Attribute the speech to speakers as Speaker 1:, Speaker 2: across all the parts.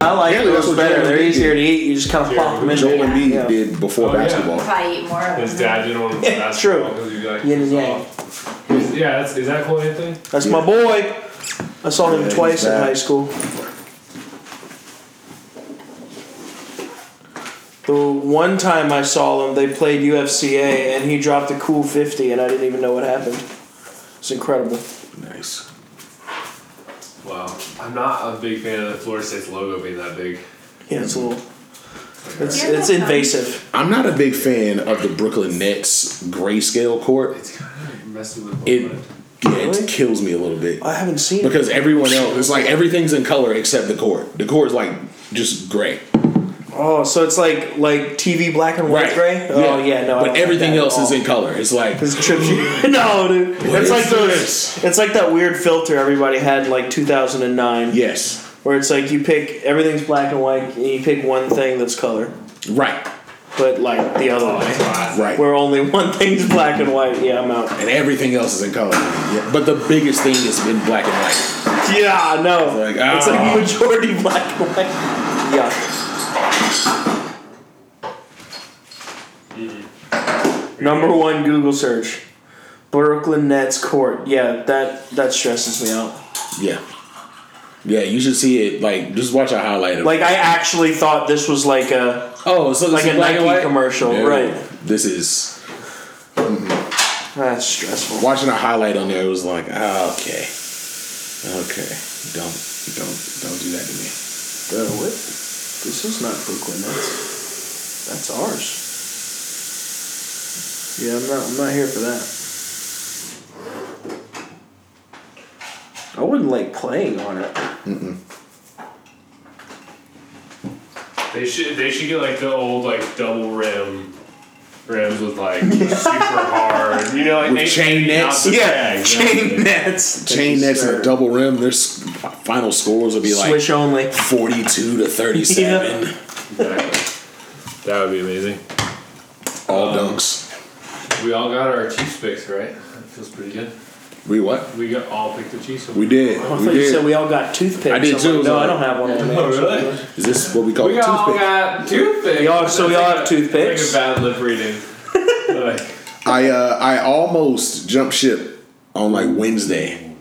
Speaker 1: I like
Speaker 2: Yeah,
Speaker 1: those
Speaker 2: that's what
Speaker 1: better.
Speaker 2: Joel
Speaker 1: They're
Speaker 2: Embiid
Speaker 1: easier to
Speaker 2: did.
Speaker 1: eat. You just kind of plop them in
Speaker 2: Joel
Speaker 1: there.
Speaker 2: Embiid
Speaker 1: Yeah.
Speaker 2: did before
Speaker 3: Oh, yeah.
Speaker 2: basketball.
Speaker 3: Probably eat more of
Speaker 4: His
Speaker 3: them.
Speaker 4: dad didn't want him to play
Speaker 1: Yeah,
Speaker 4: basketball
Speaker 1: true.
Speaker 4: 'cause he'd be like,
Speaker 1: Yin and
Speaker 4: "He's
Speaker 1: yang.
Speaker 4: off." Is- Yeah, that's, is that cool, Anthony?
Speaker 1: That's my boy. I saw
Speaker 2: Yeah,
Speaker 1: him
Speaker 2: he's
Speaker 1: twice in
Speaker 2: back.
Speaker 1: high school. The one time I saw him, they played UFCA, and he dropped a cool 50, and I didn't even know what happened. It's incredible.
Speaker 2: Nice.
Speaker 4: Wow. I'm not a big fan of Florida State's logo being that big.
Speaker 1: Yeah, it's a little. It's,
Speaker 3: Yeah,
Speaker 1: it's
Speaker 3: that's fine.
Speaker 1: invasive.
Speaker 2: I'm not a big fan of the Brooklyn Nets grayscale court.
Speaker 4: It's kind of messing with
Speaker 2: It,
Speaker 4: my mind.
Speaker 2: yeah,
Speaker 1: Really?
Speaker 2: it kills me a little bit
Speaker 1: I haven't seen it.
Speaker 2: because everyone else it's like everything's in color except the court. The court is like just gray.
Speaker 1: Oh, so it's like like TV black and white gray. Oh yeah, no. I don't
Speaker 2: But
Speaker 1: like
Speaker 2: everything
Speaker 1: that at
Speaker 2: else is
Speaker 1: all.
Speaker 2: in color. It's like
Speaker 1: It's trips you. no, dude.
Speaker 2: What
Speaker 1: it's
Speaker 2: is
Speaker 1: like
Speaker 2: this?
Speaker 1: those. It's like that weird filter everybody had in like 2009,
Speaker 2: yes,
Speaker 1: where it's like you pick everything's black and white, and you pick one thing that's color,
Speaker 2: right,
Speaker 1: but like the other way,
Speaker 2: right.
Speaker 1: where only one thing's black and white. Yeah, I'm out.
Speaker 2: and everything else is in color. Yeah. But the biggest thing is in black and white.
Speaker 1: Yeah, no.
Speaker 2: It's
Speaker 1: It's
Speaker 2: like,
Speaker 1: like,
Speaker 2: ah.
Speaker 1: majority black and white. Yeah. Number one Google search. Brooklyn Nets court. Yeah, that that stresses me out.
Speaker 2: Yeah, yeah. You should see it. Like just watch a highlight of.
Speaker 1: Like I actually thought this was like a
Speaker 2: oh, so this
Speaker 1: like
Speaker 2: is
Speaker 1: a
Speaker 2: black and
Speaker 1: Nike
Speaker 2: white?
Speaker 1: commercial,
Speaker 2: No.
Speaker 1: right.
Speaker 2: This is
Speaker 1: that's ah, stressful.
Speaker 2: watching a highlight on there. It was like, ah, okay, okay. Don't don't don't do that to me.
Speaker 1: Uh, what? This is not Brooklyn Nets. That's ours. Yeah, I'm not. I'm not here for that. I wouldn't like playing on it.
Speaker 4: They should they should get like the old like double rim rims with like super hard, you know, like
Speaker 2: With
Speaker 4: they-
Speaker 2: chain
Speaker 4: they knock
Speaker 2: nets?
Speaker 4: the-
Speaker 1: Yeah,
Speaker 4: exactly.
Speaker 1: chain nets.
Speaker 2: Chain nets and a
Speaker 1: Sure.
Speaker 2: double rim. Their s- final scores would be like
Speaker 1: Swish only.
Speaker 2: forty-two to thirty-seven.
Speaker 4: Exactly. That would be amazing.
Speaker 2: All dunks.
Speaker 4: We all got our Chiefs picks, right? That feels pretty good.
Speaker 2: We what?
Speaker 4: We got all picked the Chiefs.
Speaker 2: We did.
Speaker 1: I
Speaker 2: We
Speaker 1: thought you said
Speaker 2: did.
Speaker 1: we all got toothpicks.
Speaker 2: I did
Speaker 1: I'm
Speaker 2: too.
Speaker 1: like, no, I don't have one.
Speaker 4: Oh really?
Speaker 2: Is this what we call
Speaker 4: We
Speaker 2: a
Speaker 4: all
Speaker 2: toothpick?
Speaker 4: got toothpicks.
Speaker 1: We all- Oh, so we all have
Speaker 4: That's like a-
Speaker 1: toothpicks?
Speaker 4: Like a bad lip reading. like,
Speaker 2: I uh, I almost jumped ship on like Wednesday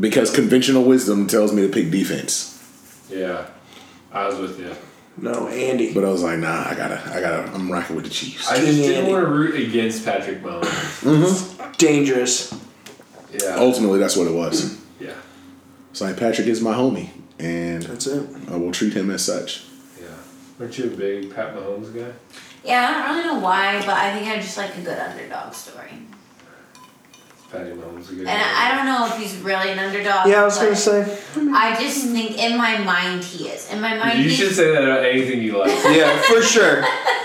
Speaker 2: because conventional wisdom tells me to pick defense,
Speaker 4: yeah, I was with you.
Speaker 1: No, Andy.
Speaker 2: but I was like, nah, I gotta, I gotta, I'm rocking with the Chiefs.
Speaker 4: I just didn't
Speaker 1: Andy.
Speaker 4: want to root against Patrick Mahomes.
Speaker 1: Dangerous.
Speaker 4: Yeah.
Speaker 1: Oh.
Speaker 2: Ultimately, that's what it was.
Speaker 4: Yeah.
Speaker 2: It's like Patrick is my homie, and
Speaker 1: That's it.
Speaker 2: I will treat him as such.
Speaker 4: Yeah. Aren't you a big Pat Mahomes guy?
Speaker 3: Yeah, I don't really know why, but I think I just like a good underdog story.
Speaker 4: Patty Mahomes a good
Speaker 3: And I I don't know if he's really an underdog.
Speaker 1: Yeah, I was gonna
Speaker 3: but
Speaker 1: say.
Speaker 3: I just think in my mind he is. In my mind,
Speaker 4: You
Speaker 3: he's,
Speaker 4: should say that about anything you like.
Speaker 1: Yeah, for sure.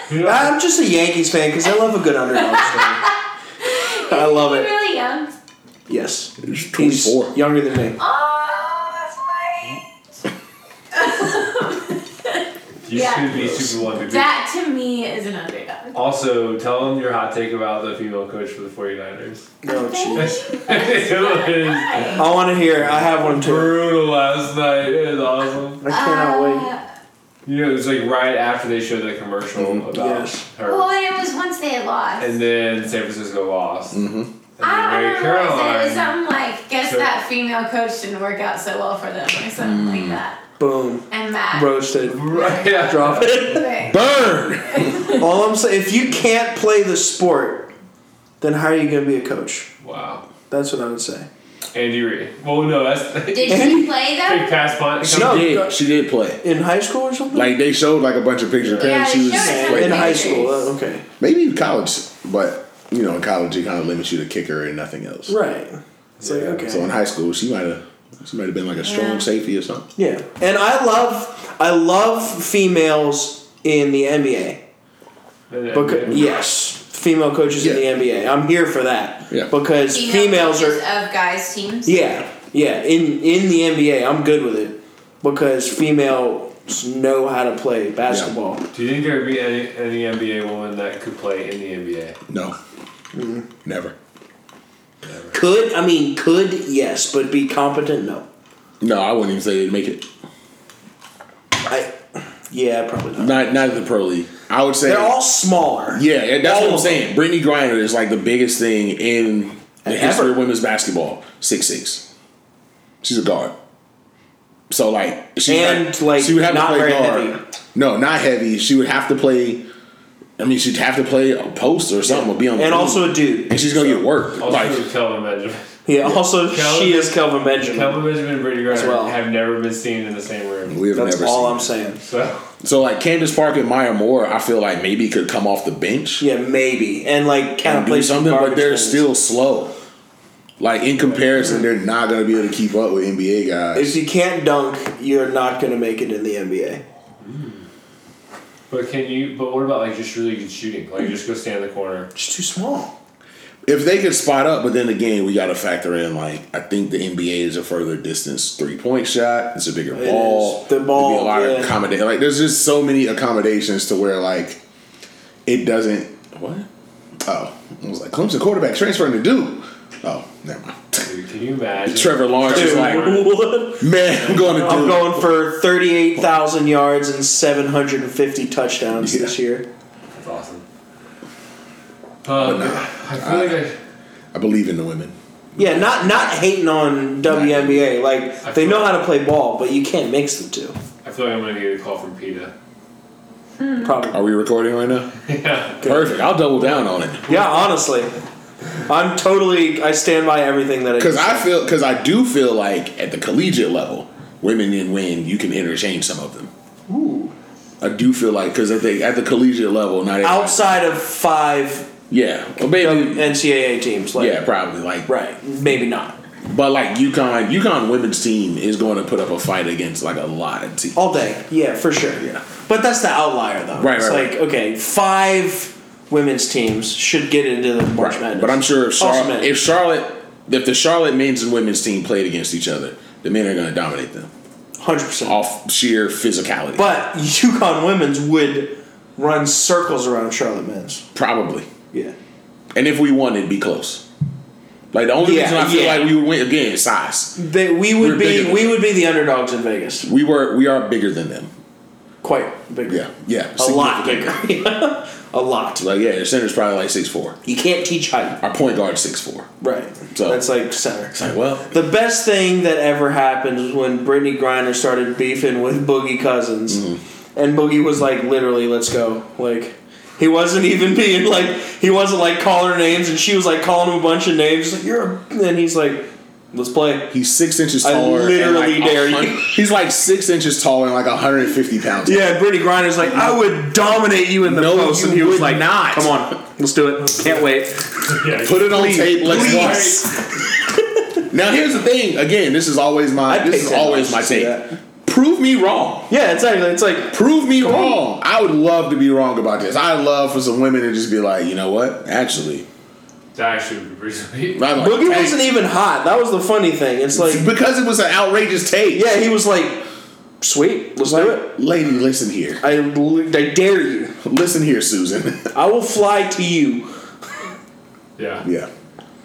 Speaker 4: You know,
Speaker 1: I'm just a Yankees fan because I love a good underdog story. I love
Speaker 3: he's
Speaker 1: it.
Speaker 3: really young.
Speaker 1: Yes.
Speaker 2: He's
Speaker 1: He's
Speaker 2: 24.
Speaker 1: younger than me.
Speaker 3: Oh, that's right.
Speaker 4: you
Speaker 3: Yeah.
Speaker 4: should be super one.
Speaker 3: that to me is an underdog.
Speaker 4: Also, tell them your hot take about the female coach for the 49ers.
Speaker 1: No, gee.
Speaker 4: it was
Speaker 1: I want to hear. I have one too.
Speaker 4: brutal last night. It was awesome.
Speaker 1: I
Speaker 3: Uh,
Speaker 1: cannot wait.
Speaker 4: You know, it was like right after they showed the commercial about
Speaker 1: Yes.
Speaker 4: her.
Speaker 3: Well, and it was once they had lost.
Speaker 4: And then San Francisco lost. Mm-hmm. And
Speaker 3: I
Speaker 4: then
Speaker 3: don't
Speaker 4: Mary
Speaker 3: remember what I said. It was
Speaker 4: Caroline.
Speaker 3: something like, guess
Speaker 4: Sure.
Speaker 3: that female coach didn't work out so well for them, or something
Speaker 4: Hmm.
Speaker 3: like that.
Speaker 1: Boom.
Speaker 3: And Matt.
Speaker 1: Roasted.
Speaker 4: Right after-
Speaker 1: Drop it.
Speaker 3: Right.
Speaker 2: Burn.
Speaker 1: All I'm saying, if you can't play the sport, then how are you gonna be a coach?
Speaker 4: Wow.
Speaker 1: That's what I would say.
Speaker 4: Andy Reid. Well, no, that's
Speaker 3: Did
Speaker 1: Andy-
Speaker 3: she play
Speaker 4: big
Speaker 3: them?
Speaker 4: pass punt.
Speaker 2: She
Speaker 1: No, go-
Speaker 2: did. She did play.
Speaker 1: In high school or something?
Speaker 2: Like they showed like a bunch of pictures.
Speaker 3: Yeah,
Speaker 2: Apparently,
Speaker 3: they
Speaker 2: she was
Speaker 3: showed it.
Speaker 2: like,
Speaker 1: in high
Speaker 3: Teenagers.
Speaker 1: school. uh, Okay.
Speaker 2: maybe in college, but you know, in college, it kind of limits you to kicker and nothing else.
Speaker 1: Right. It's like
Speaker 4: Yeah,
Speaker 1: okay.
Speaker 2: So in high school, she might have she might have been like a strong
Speaker 3: Yeah.
Speaker 2: safety or something.
Speaker 1: Yeah, and I love I love females in the NBA.
Speaker 4: And then-
Speaker 1: Because, Yes, female coaches
Speaker 2: Yeah.
Speaker 1: in the NBA. I'm here for that.
Speaker 2: Yeah.
Speaker 1: Because
Speaker 3: Female
Speaker 1: females
Speaker 3: coaches
Speaker 1: are
Speaker 3: of guys' teams.
Speaker 1: yeah yeah in in the NBA. I'm good with it because females know how to play basketball.
Speaker 4: Do you think there would be any, any NBA woman that could play in the NBA?
Speaker 2: No, Mm-hmm. never.
Speaker 1: Could I mean could yes, but be competent no.
Speaker 2: No, I wouldn't even say they'd make it.
Speaker 1: I, Yeah, probably not.
Speaker 2: Not not in the pro league. I would say
Speaker 1: They're all smaller.
Speaker 2: Yeah, and that's
Speaker 1: All
Speaker 2: what I'm
Speaker 1: of them.
Speaker 2: saying. Brittany Griner is like the biggest thing in the
Speaker 1: Ever.
Speaker 2: history of women's basketball. Six six. She's a guard. So like she
Speaker 1: And, like, not very heavy.
Speaker 2: No, not heavy. She would have to play. I mean, she'd have to play a post or something or be on. the
Speaker 1: And
Speaker 2: team.
Speaker 1: also a dude.
Speaker 2: and she's gonna get worked.
Speaker 4: Also,
Speaker 2: Like
Speaker 4: Kelvin Benjamin.
Speaker 1: Yeah, also
Speaker 4: Kelvin-
Speaker 1: she is Kelvin Benjamin.
Speaker 4: Kelvin Benjamin and Brittany Griner
Speaker 1: well.
Speaker 4: have never been seen in the same room.
Speaker 2: we have
Speaker 1: That's
Speaker 2: never
Speaker 1: all
Speaker 2: seen.
Speaker 1: I'm saying.
Speaker 4: So
Speaker 2: So like Candace Park and Maya Moore, I feel like maybe could come off the bench.
Speaker 1: Yeah, maybe. And like kind of
Speaker 2: do
Speaker 1: play
Speaker 2: something, but
Speaker 1: garbage
Speaker 2: they're
Speaker 1: things.
Speaker 2: still slow. Like in comparison, they're not gonna be able to keep up with NBA guys.
Speaker 1: If you can't dunk, you're not gonna make it in the NBA.
Speaker 4: But can you? But what about like just really good shooting? Like just go stand in the corner.
Speaker 1: She's too small.
Speaker 2: If they could spot up, but then again, we gotta factor in like I think the NBA is a further distance three point shot. It's a bigger
Speaker 1: It
Speaker 2: ball.
Speaker 1: is. The ball,
Speaker 2: There'd Be a lot
Speaker 1: yeah.
Speaker 2: of accommodate. Like there's just so many accommodations to where like it doesn't. What? Oh, I was like Clemson quarterback transferring to Duke. Oh, never mind.
Speaker 4: Dude, can you imagine?
Speaker 2: Trevor Lawrence is
Speaker 1: Dude,
Speaker 2: like,
Speaker 1: what?
Speaker 2: man, I'm going to Duke.
Speaker 1: I'm going for 38,000 yards and 750 touchdowns
Speaker 2: Yeah.
Speaker 1: this year.
Speaker 4: That's awesome. Um, I feel like I,
Speaker 2: I believe in the women.
Speaker 1: Yeah, not not hating on WNBA. Like they know how to play ball, but you can't mix them two.
Speaker 4: I feel like I'm gonna get a call from PETA.
Speaker 1: Probably.
Speaker 2: Are we recording right now?
Speaker 4: yeah.
Speaker 2: Perfect. I'll double down on it.
Speaker 1: Yeah, honestly, I'm totally. I stand by everything that I.
Speaker 2: Because
Speaker 1: just
Speaker 2: I
Speaker 1: said.
Speaker 2: feel, because I do feel like at the collegiate level, women and men, you can interchange some of them. Ooh. I do feel like because at the at the collegiate level, not everybody-
Speaker 1: outside of five
Speaker 2: Yeah, well, maybe.
Speaker 1: NCAA teams, like
Speaker 2: Um, Yeah, probably like
Speaker 1: right, maybe not
Speaker 2: But like UConn, UConn women's team is going to put up a fight against like a lot of teams.
Speaker 1: all day. Yeah, for sure.
Speaker 2: Yeah.
Speaker 1: but that's the outlier though.
Speaker 2: Right,
Speaker 1: It's
Speaker 2: right,
Speaker 1: like okay, five women's teams should get into the March Madness.
Speaker 2: But I'm sure if
Speaker 1: Also
Speaker 2: Charlotte,
Speaker 1: men.
Speaker 2: if Charlotte, if the Charlotte men's and women's team played against each other, the men are going to dominate them
Speaker 1: hundred percent.
Speaker 2: off sheer physicality.
Speaker 1: But UConn women's would run circles around Charlotte men's.
Speaker 2: probably.
Speaker 1: Yeah.
Speaker 2: And if we won, it'd be close. Like the only
Speaker 1: Yeah,
Speaker 2: reason I feel
Speaker 1: yeah.
Speaker 2: like we would win again is size.
Speaker 1: They, we would
Speaker 2: We're bigger
Speaker 1: be
Speaker 2: than
Speaker 1: we would be the underdogs in Vegas.
Speaker 2: We were we are bigger than them.
Speaker 1: Quite big.
Speaker 2: Yeah, yeah,
Speaker 1: A lot bigger.
Speaker 2: significantly.
Speaker 1: a lot.
Speaker 2: Like yeah, their center's probably like six four.
Speaker 1: You can't teach height.
Speaker 2: Our point guard's six four.
Speaker 1: Right.
Speaker 2: So-
Speaker 1: That's like center.
Speaker 2: It's like well,
Speaker 1: The best thing that ever happened was when Brittany Griner started beefing with Boogie Cousins,
Speaker 2: Mm-hmm.
Speaker 1: and Boogie was like, literally, "Let's go!" Like he wasn't even being like he wasn't like calling her names, and she was like calling him a bunch of names. Like you're, a, and he's like, "Let's play."
Speaker 2: he's six inches
Speaker 1: I
Speaker 2: taller. and,
Speaker 1: literally
Speaker 2: like, a
Speaker 1: dare you.
Speaker 2: hun- He's like six inches taller and like 150 pounds.
Speaker 1: Yeah, Brittany Griner's like, "I would dominate you in the
Speaker 2: No,
Speaker 1: post,"
Speaker 2: you
Speaker 1: and he was
Speaker 2: would
Speaker 1: like,
Speaker 2: not.
Speaker 1: "Come on, let's do it. Can't wait."
Speaker 4: yeah.
Speaker 2: Put it on
Speaker 1: Please,
Speaker 2: tape. Let's
Speaker 1: please.
Speaker 2: watch. Now here's the thing. Again, this is always my
Speaker 1: I'd pay
Speaker 2: this is
Speaker 1: 10
Speaker 2: always my
Speaker 1: dollars to see
Speaker 2: take.
Speaker 1: that.
Speaker 2: Prove me wrong.
Speaker 1: Yeah, exactly. It's like
Speaker 2: Prove me wrong. I would love to be wrong about this. I'd love for some women to just be like, you know what? Actually,
Speaker 4: That actually would be pretty sweet.
Speaker 2: I'm like,
Speaker 1: Boogie
Speaker 2: hey.
Speaker 1: wasn't even hot. That was the funny thing. It's like,
Speaker 2: because it was an outrageous take.
Speaker 1: yeah, he was like, "Sweet, let's do it."
Speaker 2: lady, listen here.
Speaker 1: I, li- I dare you.
Speaker 2: Listen here, Susan.
Speaker 1: I will fly to you,
Speaker 4: Yeah.
Speaker 2: yeah,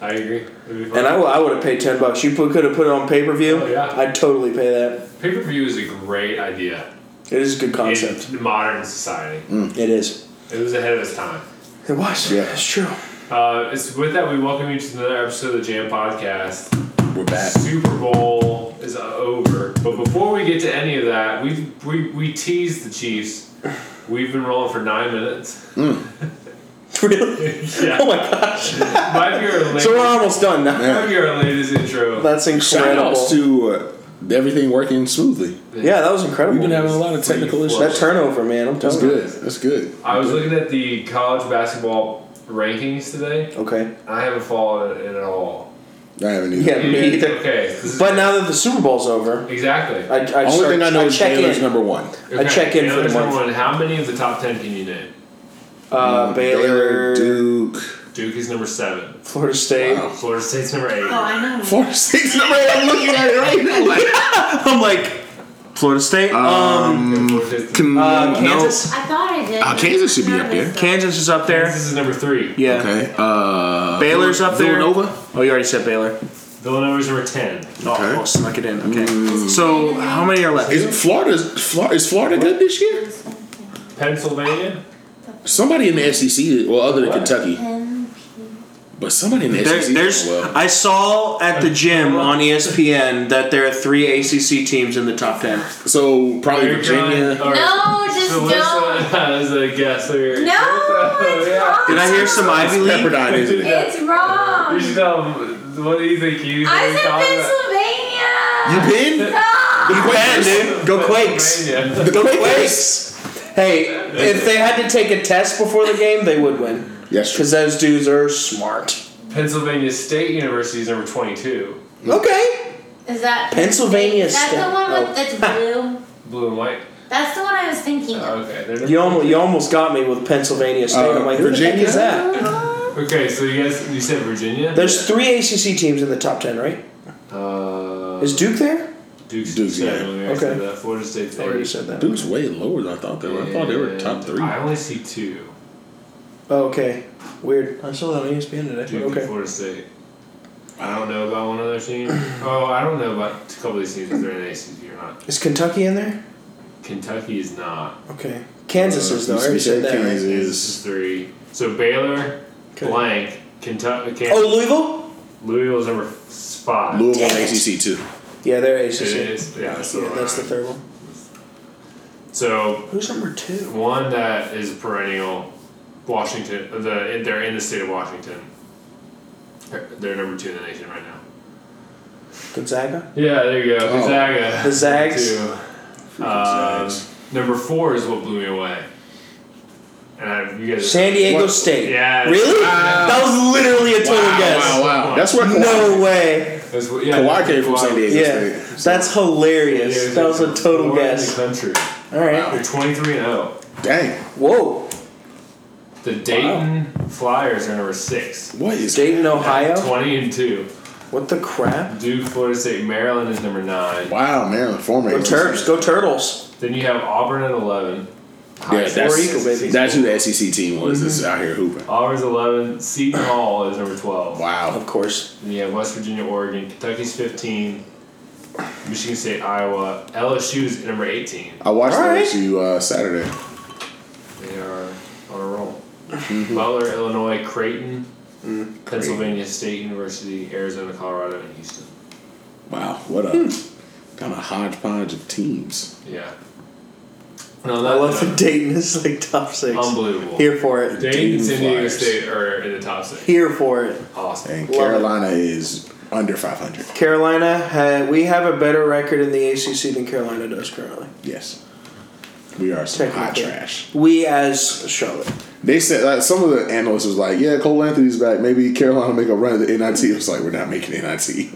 Speaker 4: I agree. It'd be fun.
Speaker 1: and I, would have paid ten bucks. You put, could have put it on pay per view.
Speaker 4: Oh, yeah.
Speaker 1: I'd totally pay that.
Speaker 4: Pay per view is a great idea
Speaker 1: It is a good concept. Mm.
Speaker 4: in modern society.
Speaker 1: It is.
Speaker 4: It was ahead of its time.
Speaker 1: It was.
Speaker 2: Yeah.
Speaker 1: it's true.
Speaker 4: Uh, it's with that we welcome you to another episode of the Jam Podcast.
Speaker 2: we're back.
Speaker 4: Super Bowl is over, but before we get to any of that, we we we teased the Chiefs. We've been rolling for nine minutes.
Speaker 1: Really?
Speaker 4: Yeah.
Speaker 1: Oh my gosh.
Speaker 4: Might be our latest,
Speaker 1: So uh, we're almost done now.
Speaker 2: Yeah.
Speaker 4: might be our latest intro.
Speaker 1: That's
Speaker 2: Shout
Speaker 1: incredible.
Speaker 2: outs to uh, everything working smoothly.
Speaker 1: yeah, that was incredible.
Speaker 2: We've been having a lot of technical
Speaker 4: Free
Speaker 2: issues.
Speaker 4: flow.
Speaker 1: that turnover, man. I'm
Speaker 2: That's
Speaker 1: telling you.
Speaker 2: good. That's good.
Speaker 4: I was looking at the college basketball rankings today.
Speaker 1: Okay.
Speaker 4: I haven't followed it at all.
Speaker 2: I haven't even.
Speaker 1: Yeah, me either.
Speaker 4: Okay. this is-
Speaker 1: But now that the Super Bowl's over,
Speaker 4: exactly.
Speaker 1: I, I,
Speaker 2: Only
Speaker 1: start-
Speaker 2: thing I know
Speaker 1: I
Speaker 2: is
Speaker 1: check
Speaker 2: Baylor's
Speaker 1: in.
Speaker 2: number one.
Speaker 1: I check in for the
Speaker 4: Baylor's number
Speaker 1: month.
Speaker 4: one. How many of the top ten can you name?
Speaker 1: Uh, Baylor,
Speaker 2: Duke,
Speaker 4: Duke is number seven.
Speaker 1: Florida State.
Speaker 2: Wow.
Speaker 4: Florida State's number eight.
Speaker 3: Oh, I know.
Speaker 2: four, six, number eight. I'm looking at it right now. Like,
Speaker 1: I'm like Florida State. Um,
Speaker 4: And Florida State's-
Speaker 1: uh,
Speaker 2: no.
Speaker 1: Kansas.
Speaker 3: I thought I did.
Speaker 2: Uh, Kansas should be up there.
Speaker 1: Kansas is up there.
Speaker 4: Kansas is number three.
Speaker 1: Yeah.
Speaker 2: Okay. Uh,
Speaker 1: Baylor's up there.
Speaker 2: Villanova.
Speaker 1: Oh, you already said Baylor.
Speaker 4: Villanova's were ten.
Speaker 1: Oh,
Speaker 2: Okay. Mm.
Speaker 1: I'll snuck it in. Okay. So how many are left?
Speaker 2: Isn't Florida Florida is Florida good this year?
Speaker 4: Pennsylvania.
Speaker 2: Somebody in the SEC, well, other than Kentucky, but somebody in the
Speaker 1: There,
Speaker 2: SEC.
Speaker 1: there's.
Speaker 2: well,
Speaker 1: I saw at the gym on E ESPN that there are three ACC teams in the top ten.
Speaker 2: so
Speaker 1: Oh,
Speaker 2: probably
Speaker 4: You're going-
Speaker 2: Virginia.
Speaker 4: all right.
Speaker 3: No, just
Speaker 4: Melissa has a guess here.
Speaker 3: No, it's
Speaker 4: yeah.
Speaker 1: Did I hear some Ivy League?
Speaker 2: Pepperdine, isn't it?
Speaker 3: It's wrong.
Speaker 4: You should tell them. What do you think you?
Speaker 3: I said
Speaker 4: thought about-
Speaker 3: Pennsylvania.
Speaker 2: You been?
Speaker 3: Ah!
Speaker 2: The
Speaker 1: Yeah, dude. Go Quakes.
Speaker 4: Pennsylvania.
Speaker 2: The
Speaker 1: Go
Speaker 2: Quakers.
Speaker 1: Quakes. Hey, if they had to take a test before the game, they would win.
Speaker 2: Yes,
Speaker 1: Because those dudes are smart.
Speaker 4: Pennsylvania State University is number twenty-two.
Speaker 2: Mm.
Speaker 1: Okay.
Speaker 3: Is that
Speaker 1: Pennsylvania
Speaker 3: That's
Speaker 1: state.
Speaker 3: the one
Speaker 1: Oh.
Speaker 3: with that's blue.
Speaker 4: Blue and white.
Speaker 3: That's the one I was thinking of.
Speaker 4: Okay. They're
Speaker 1: You
Speaker 4: number-
Speaker 1: almost, you almost got me with Pennsylvania State.
Speaker 2: Uh,
Speaker 1: I'm like, who the
Speaker 2: Virginia?
Speaker 1: heck is that?
Speaker 4: Okay. So you guys, you said Virginia.
Speaker 1: There's three ACC teams in the top ten, right?
Speaker 4: Uh,
Speaker 1: Is Duke there?
Speaker 4: Duke's
Speaker 2: Duke's, yeah.
Speaker 4: seven, we already
Speaker 1: Okay.
Speaker 4: said that. Florida State's
Speaker 1: I already
Speaker 4: eight.
Speaker 1: said that.
Speaker 2: Dude's way lower than I thought they were. I thought they were top three.
Speaker 4: I only see two.
Speaker 1: Oh, okay. Weird. I saw that on E ESPN today.
Speaker 4: Duke and
Speaker 1: Okay.
Speaker 4: Florida State. I don't know about one other team. Oh, I don't know about a couple of these teams if they're in ACC or not.
Speaker 1: Is Kentucky in there?
Speaker 4: Kentucky is not.
Speaker 1: Okay. Kansas is though. I
Speaker 2: Uh,
Speaker 1: already said that. right?
Speaker 2: Kansas.
Speaker 4: Kansas is three. So Baylor,
Speaker 1: Okay.
Speaker 4: blank, Kentucky, Kansas.
Speaker 1: Oh, Louisville?
Speaker 4: Louisville's number s- five.
Speaker 2: Louisville
Speaker 1: Damn it.
Speaker 2: ACC E too.
Speaker 1: Yeah, they're
Speaker 4: It
Speaker 1: ACC.
Speaker 4: is- yeah, that's,
Speaker 1: Yeah, that's the
Speaker 4: the
Speaker 1: third one.
Speaker 4: So
Speaker 1: Who's number two?
Speaker 4: one that is perennial, Washington. The they're in the state of Washington. They're- They're number two in the nation right now.
Speaker 1: Gonzaga.
Speaker 4: Yeah, there you go.
Speaker 2: Oh.
Speaker 4: Gonzaga.
Speaker 1: The Zags.
Speaker 4: Two.
Speaker 1: Uh,
Speaker 4: Um, number four is what blew me away. And I, you guys.
Speaker 1: San Diego
Speaker 2: What?
Speaker 1: State.
Speaker 4: Yeah.
Speaker 1: Really?
Speaker 2: Wow.
Speaker 1: That was literally a total
Speaker 4: Wow,
Speaker 1: guess.
Speaker 2: Wow, wow. That's where Kawhi,
Speaker 1: No way.
Speaker 4: That's what- yeah,
Speaker 2: Kawhi came from.
Speaker 4: Kawhi.
Speaker 2: San Diego
Speaker 1: Yeah,
Speaker 2: State.
Speaker 1: that's
Speaker 4: San
Speaker 1: hilarious.
Speaker 4: Diego's
Speaker 1: that was a
Speaker 4: number
Speaker 1: total
Speaker 4: four
Speaker 1: guess.
Speaker 4: In the country.
Speaker 1: All right.
Speaker 4: They're 23 and 0.
Speaker 2: Dang.
Speaker 1: Whoa.
Speaker 4: The Dayton Flyers are number six.
Speaker 2: What is
Speaker 1: Dayton, Ohio.
Speaker 4: 20 and 2.
Speaker 1: What the crap?
Speaker 4: Duke, Florida State, Maryland is number 9.
Speaker 2: Wow, Maryland former.
Speaker 1: Go
Speaker 2: ACC.
Speaker 1: Terps. Go Turtles.
Speaker 4: Then you have Auburn at 11.
Speaker 2: Yeah, that's,
Speaker 1: equal, baby.
Speaker 2: that's who the SEC team was. That's
Speaker 1: Mm-hmm.
Speaker 2: out here hooping.
Speaker 4: Auburn's 11. Seton Hall is number
Speaker 1: Oh.
Speaker 4: 12.
Speaker 2: Wow.
Speaker 1: Of course.
Speaker 4: Then you have West Virginia, Oregon, Kentucky's 15, Michigan State, Iowa, LSU's number 18.
Speaker 2: I watched
Speaker 1: All right.
Speaker 2: LSU uh, Saturday.
Speaker 4: They are on a roll. Butler, Illinois, Creighton, Pennsylvania State University, Arizona, Colorado, and Houston.
Speaker 2: Wow, what
Speaker 1: Hmm.
Speaker 2: a kind of hodgepodge of teams.
Speaker 4: Yeah. No,
Speaker 1: I
Speaker 4: that,
Speaker 1: love that Dayton is like top six.
Speaker 4: Unbelievable.
Speaker 1: Here for it.
Speaker 4: Dayton and San Diego
Speaker 2: Flyers.
Speaker 4: State are in the top six.
Speaker 1: Here for it.
Speaker 4: Awesome.
Speaker 2: And
Speaker 1: Love it.
Speaker 2: Carolina is under 500.
Speaker 1: Carolina, had, we have a better record in the ACC than Carolina does currently.
Speaker 2: Yes. We are some hot
Speaker 1: Technically.
Speaker 2: trash.
Speaker 1: We as Charlotte.
Speaker 2: They said like, some of the analysts was like, "Yeah, Cole Anthony's back. Maybe Carolina will make a run at the NIT." It was like, "We're not making NIT.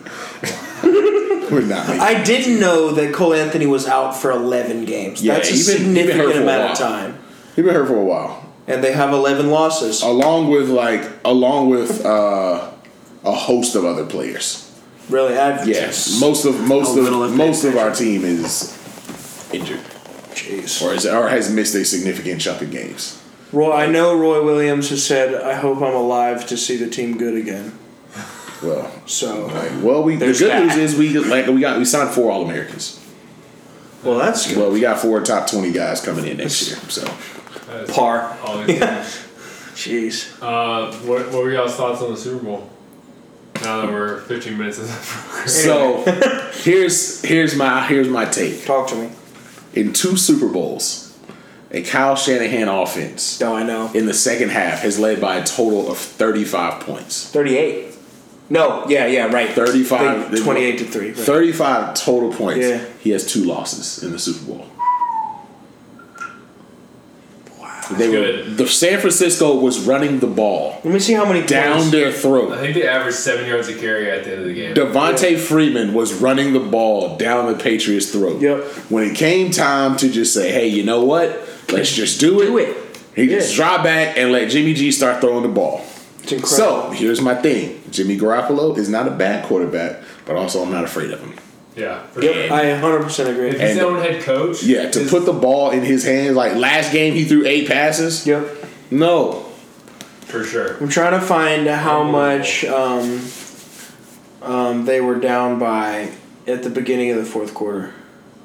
Speaker 2: We're not making."
Speaker 1: I didn't know that Cole Anthony was out for 11 games.
Speaker 2: Yeah,
Speaker 1: That's a
Speaker 2: he's been- he's been hurt
Speaker 1: significant
Speaker 2: for a
Speaker 1: amount of
Speaker 2: while.
Speaker 1: time.
Speaker 2: He's been here for a while,
Speaker 1: And they have 11 losses.
Speaker 2: along with like, along with uh, a host of other players.
Speaker 1: Really, I've
Speaker 2: Yes, most of most
Speaker 1: A little
Speaker 2: of
Speaker 1: if
Speaker 2: most of our team is injured,
Speaker 1: Jeez.
Speaker 2: or is or has missed a significant chunk of games.
Speaker 1: Roy, I know Roy Williams has said, "I hope I'm alive to see the team good again."
Speaker 2: Well,
Speaker 1: So,
Speaker 2: like, well, we
Speaker 1: There's
Speaker 2: the good
Speaker 1: that.
Speaker 2: news is we like we got we signed four All Americans.
Speaker 1: well, that's good.
Speaker 2: Well, we got four top twenty guys coming in next year. So
Speaker 4: That is
Speaker 1: Par.
Speaker 4: always
Speaker 1: Jeez.
Speaker 4: Uh, what, what were y'all's thoughts on the Super Bowl? Now that we're 15 minutes into the program.
Speaker 2: so here's here's my here's my take
Speaker 1: Talk to me.
Speaker 2: in two Super Bowls, a Kyle Shanahan offense
Speaker 1: No, I know.
Speaker 2: in the second half has led by a total of thirty five points.
Speaker 1: Thirty-eight. No. Yeah. Yeah. Right.
Speaker 2: 35.
Speaker 1: They- Twenty-eight to three. right.
Speaker 2: 35 total points.
Speaker 1: Yeah.
Speaker 2: He has two losses in the Super Bowl. They were,
Speaker 4: Good.
Speaker 2: the San Francisco was running the ball
Speaker 1: Let me see how many
Speaker 2: down
Speaker 1: points-
Speaker 2: their
Speaker 4: I
Speaker 2: throat.
Speaker 4: think they averaged seven yards a carry at the end of the game.
Speaker 2: Devontae Freeman was running the ball down the Patriots' throat.
Speaker 1: Yep.
Speaker 2: When it came time to just say, hey, you know what? Let's just do it.
Speaker 1: Do it.
Speaker 2: He just
Speaker 1: Yeah.
Speaker 2: drop back and let Jimmy G start throwing the ball.
Speaker 1: It's incredible.
Speaker 2: So here's my thing Jimmy Garoppolo is not a bad quarterback, but also I'm not afraid of him.
Speaker 4: yeah. For
Speaker 1: Yep,
Speaker 4: sure.
Speaker 1: I 100 percent
Speaker 4: If
Speaker 1: agree.
Speaker 4: he's
Speaker 2: and-
Speaker 4: their own head coach,
Speaker 2: Yeah, to
Speaker 4: is-
Speaker 2: put the ball in his hands. Like last game, he threw eight passes.
Speaker 1: Yep.
Speaker 2: No,
Speaker 4: for sure.
Speaker 1: I'm trying to find how much um, um, they were down by at the beginning of the fourth quarter.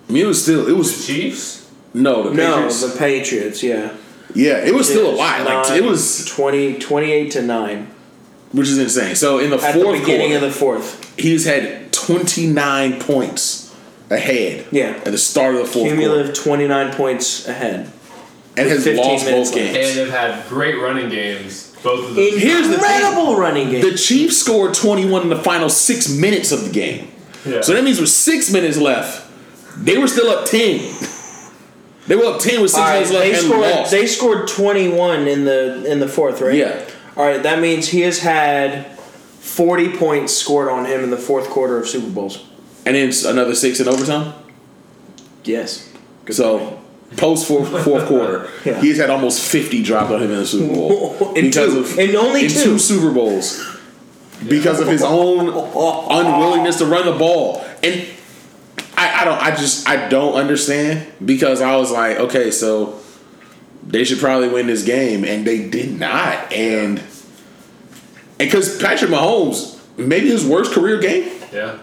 Speaker 2: I mean, it was still it
Speaker 4: The
Speaker 2: was
Speaker 4: Chiefs?
Speaker 2: no the
Speaker 1: No,
Speaker 2: Patriots.
Speaker 1: the Patriots. Yeah,
Speaker 2: yeah, it was still a lot. Like it
Speaker 1: Nine-
Speaker 2: was,
Speaker 1: 20, 28 to nine
Speaker 2: which is insane. So in the
Speaker 1: at the
Speaker 2: fourth
Speaker 1: beginning
Speaker 2: quarter,
Speaker 1: of the fourth.
Speaker 2: he's had twenty nine points ahead.
Speaker 1: Yeah.
Speaker 2: at the start of the fourth quarter,
Speaker 1: Cumulative twenty nine points ahead.
Speaker 2: and has
Speaker 1: 15
Speaker 2: lost
Speaker 1: minutes
Speaker 2: both
Speaker 1: left.
Speaker 2: games.
Speaker 4: And they've had great running games. Both of them.
Speaker 2: Here's the thing.
Speaker 1: Incredible running game.
Speaker 2: The Chiefs scored 21 in the final six minutes of the game.
Speaker 4: Yeah.
Speaker 2: So that means with six minutes left, they were still up 10. They were up 10 with six
Speaker 1: All right,
Speaker 2: minutes
Speaker 1: they
Speaker 2: left and
Speaker 1: scored.
Speaker 2: lost.
Speaker 1: They scored twenty one in the in the fourth, right?
Speaker 2: Yeah.
Speaker 1: All right, that means he has had forty points scored on him in the fourth quarter of Super Bowls.
Speaker 2: and then it's another six in overtime.
Speaker 1: Yes.
Speaker 2: So post fourth, fourth quarter,
Speaker 1: Yeah.
Speaker 2: he's had almost 50 dropped on him in the Super Bowl.
Speaker 1: In
Speaker 2: because
Speaker 1: two.
Speaker 2: of
Speaker 1: In only
Speaker 2: in
Speaker 1: two.
Speaker 2: Super Bowls. Because of his own unwillingness to run the ball. And I, I don't I just I don't understand because I was like, okay, so they should probably win this game and they did not. And and because Patrick Mahomes, maybe his worst career game?
Speaker 4: Yeah.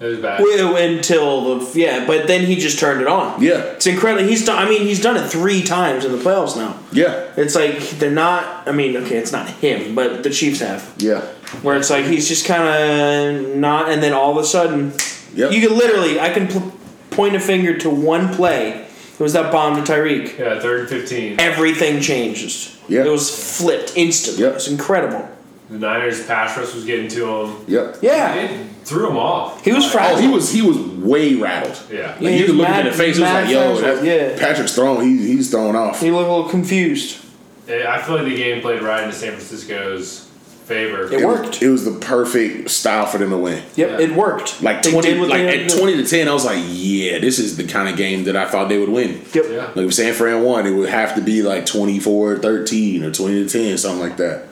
Speaker 4: It was bad.
Speaker 1: Well, until the yeah, but then he just turned it on.
Speaker 2: Yeah.
Speaker 1: It's incredible. He's done. I mean, he's done it three times in the playoffs now.
Speaker 2: Yeah.
Speaker 1: It's like they're not. I mean, okay, it's not him, but the Chiefs have.
Speaker 2: Yeah.
Speaker 1: Where it's like he's just kind of not, and then all of a sudden,
Speaker 2: Yep.
Speaker 1: you can literally. I can pl- point a finger to one play. It was that bomb to Tyreek.
Speaker 4: Yeah, third and 15.
Speaker 1: Everything changes.
Speaker 2: Yeah.
Speaker 1: It was flipped instantly.
Speaker 2: Yep.
Speaker 1: It was incredible.
Speaker 4: The Niners' pass rush was getting to him.
Speaker 2: Yep.
Speaker 1: Yeah.
Speaker 4: It threw him off.
Speaker 1: He was
Speaker 2: Oh,
Speaker 1: frazzled.
Speaker 2: he was he was way rattled.
Speaker 4: Yeah.
Speaker 1: Yeah.
Speaker 2: Like, you
Speaker 1: He's
Speaker 2: could look him
Speaker 1: mad-
Speaker 2: in the face. It was
Speaker 1: mad
Speaker 2: like, yo,
Speaker 1: frazzled,
Speaker 2: that's,
Speaker 1: yeah.
Speaker 2: Patrick's thrown. He, he's thrown off.
Speaker 1: He looked a little confused.
Speaker 4: eh, I feel like the game played right into San Francisco's favor.
Speaker 1: It
Speaker 2: was-
Speaker 1: worked.
Speaker 2: It was the perfect style for them to win.
Speaker 1: Yep,
Speaker 4: Yeah.
Speaker 1: it worked.
Speaker 2: Like
Speaker 1: They
Speaker 2: twenty,
Speaker 1: did what
Speaker 2: like
Speaker 1: they had
Speaker 2: at
Speaker 1: to do.
Speaker 2: twenty to ten, I was like, yeah, this is the kind of game that I thought they would win.
Speaker 1: Yep.
Speaker 4: Yeah.
Speaker 2: Like if San Fran won, it would have to be like 24-13 or twenty to ten, something like that.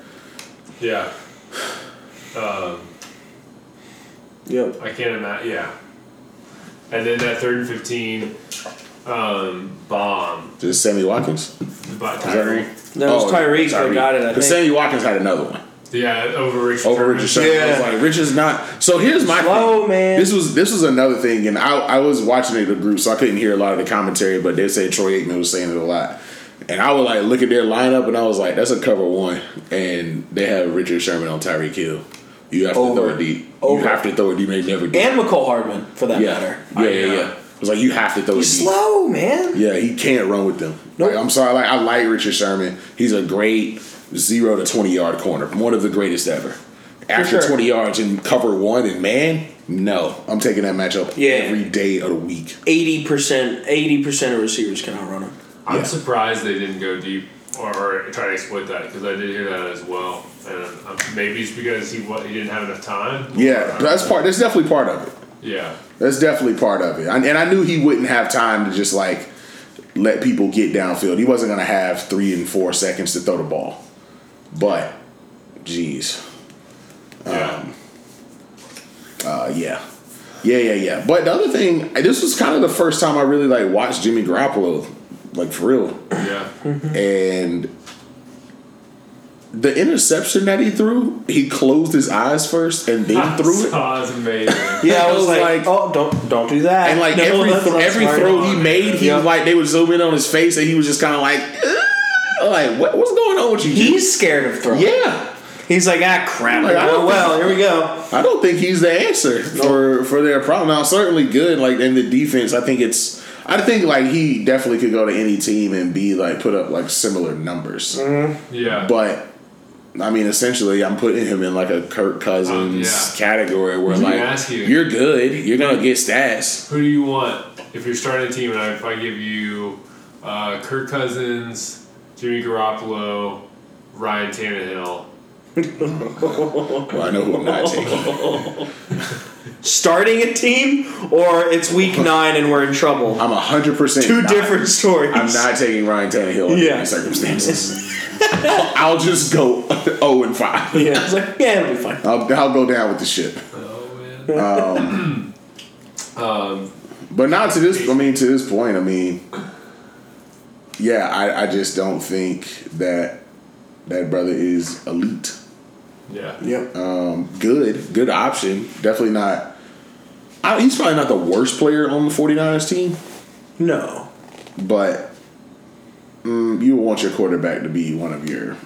Speaker 4: Yeah. Um,
Speaker 1: Yep.
Speaker 4: I can't imagine. Yeah. And then that third and 15 um, bomb.
Speaker 2: Just Sammy Watkins.
Speaker 4: By
Speaker 2: Tyreek.
Speaker 1: That was Tyreek that got it, I
Speaker 2: Oh, but
Speaker 1: think.
Speaker 2: Sammy Watkins had another one
Speaker 4: Yeah, over Richard.
Speaker 2: over Richard Sherman. I was
Speaker 1: Yeah.
Speaker 2: like, Richard's not. So here's my
Speaker 1: Slow,
Speaker 2: thing.
Speaker 1: man.
Speaker 2: This was this was another thing, and I I was watching it in a group, so I couldn't hear a lot of the commentary, but they said Troy Aikman was saying it a lot. And I would like look at their lineup, and I was like, "That's a cover one," and they have Richard Sherman on Tyreek Hill. You have to
Speaker 1: Over.
Speaker 2: throw it deep.
Speaker 1: Over.
Speaker 2: You have to throw it deep. They never do.
Speaker 1: And McCole Hardman, for that
Speaker 2: yeah.
Speaker 1: matter.
Speaker 2: yeah, yeah, yeah, It was like you have to throw it deep.
Speaker 1: Slow, man.
Speaker 2: Yeah, he can't run with them.
Speaker 1: Nope.
Speaker 2: Like, I'm sorry. Like I like Richard Sherman. He's a great zero to twenty yard corner. One of the greatest ever. After
Speaker 1: sure.
Speaker 2: twenty yards and cover one and man, no, I'm taking that matchup
Speaker 1: Yeah.
Speaker 2: every day of the week.
Speaker 1: Eighty percent, eighty percent of receivers cannot run him.
Speaker 4: I'm
Speaker 2: Yeah.
Speaker 4: surprised they didn't go deep or, or try to exploit that because I did hear that as well. And um, maybe it's because he wa- he didn't have enough time.
Speaker 2: Yeah, but that's part. That's definitely part of it.
Speaker 4: Yeah.
Speaker 2: That's definitely part of it. And and I knew he wouldn't have time to just like let people get downfield. He wasn't gonna have three and four seconds to throw the ball. But, jeez.
Speaker 4: Yeah.
Speaker 2: Um. Uh, yeah, yeah, yeah, yeah. But the other thing, this was kind of the first time I really like watched Jimmy Garoppolo, like for real.
Speaker 4: yeah.
Speaker 1: Mm-hmm.
Speaker 2: And the interception that he threw, he closed his eyes first and then threw it.
Speaker 4: Oh, it's amazing.
Speaker 1: Yeah, I was,
Speaker 2: was
Speaker 1: like,
Speaker 2: like-
Speaker 1: oh, don't, don't do that.
Speaker 2: And like
Speaker 1: No,
Speaker 2: every
Speaker 1: that's not
Speaker 2: every
Speaker 1: smart.
Speaker 2: throw he made, he
Speaker 1: Yeah.
Speaker 2: was like they would zoom in on his face, and he was just kind of like, "Ugh." like what, what's going on with you? Jimmy?"
Speaker 1: he's scared of throwing.
Speaker 2: yeah.
Speaker 1: he's like, ah, crap.
Speaker 2: Like, I
Speaker 1: oh
Speaker 2: don't
Speaker 1: well,
Speaker 2: think-
Speaker 1: here we go.
Speaker 2: I don't think he's the answer for for their problem. Now, certainly good. Like in the defense, I think it's. I think like he definitely could go to any team and be like put up like similar numbers.
Speaker 4: Mm. Yeah.
Speaker 2: But I mean, essentially, I'm putting him in like a Kirk Cousins
Speaker 4: Um, yeah.
Speaker 2: category where
Speaker 4: Let me
Speaker 2: like
Speaker 4: ask you.
Speaker 2: are good, you're gonna get stats.
Speaker 4: Who do you want if you're starting a team and I, if I give you uh, Kirk Cousins, Jimmy Garoppolo, Ryan Tannehill?
Speaker 2: Well, I know who I'm not taking.
Speaker 1: Starting a team, or it's week nine and we're in trouble.
Speaker 2: I'm hundred percent
Speaker 1: Two different stories.
Speaker 2: I'm not taking Ryan Tannehill under
Speaker 1: Yeah.
Speaker 2: any circumstances. I'll just go zero and five.
Speaker 1: Yeah, it's like, yeah, it'll be fine.
Speaker 2: I'll, I'll go down with the ship.
Speaker 4: Oh man. Um,
Speaker 2: But not to this. I mean, to this point, I mean, yeah, I, I just don't think that that brother is elite.
Speaker 4: Yeah.
Speaker 1: Yep.
Speaker 2: Um, good, good option. Definitely not. I, he's probably not the worst player on the 49ers team,
Speaker 1: No.
Speaker 2: but mm, you want your quarterback to be one of your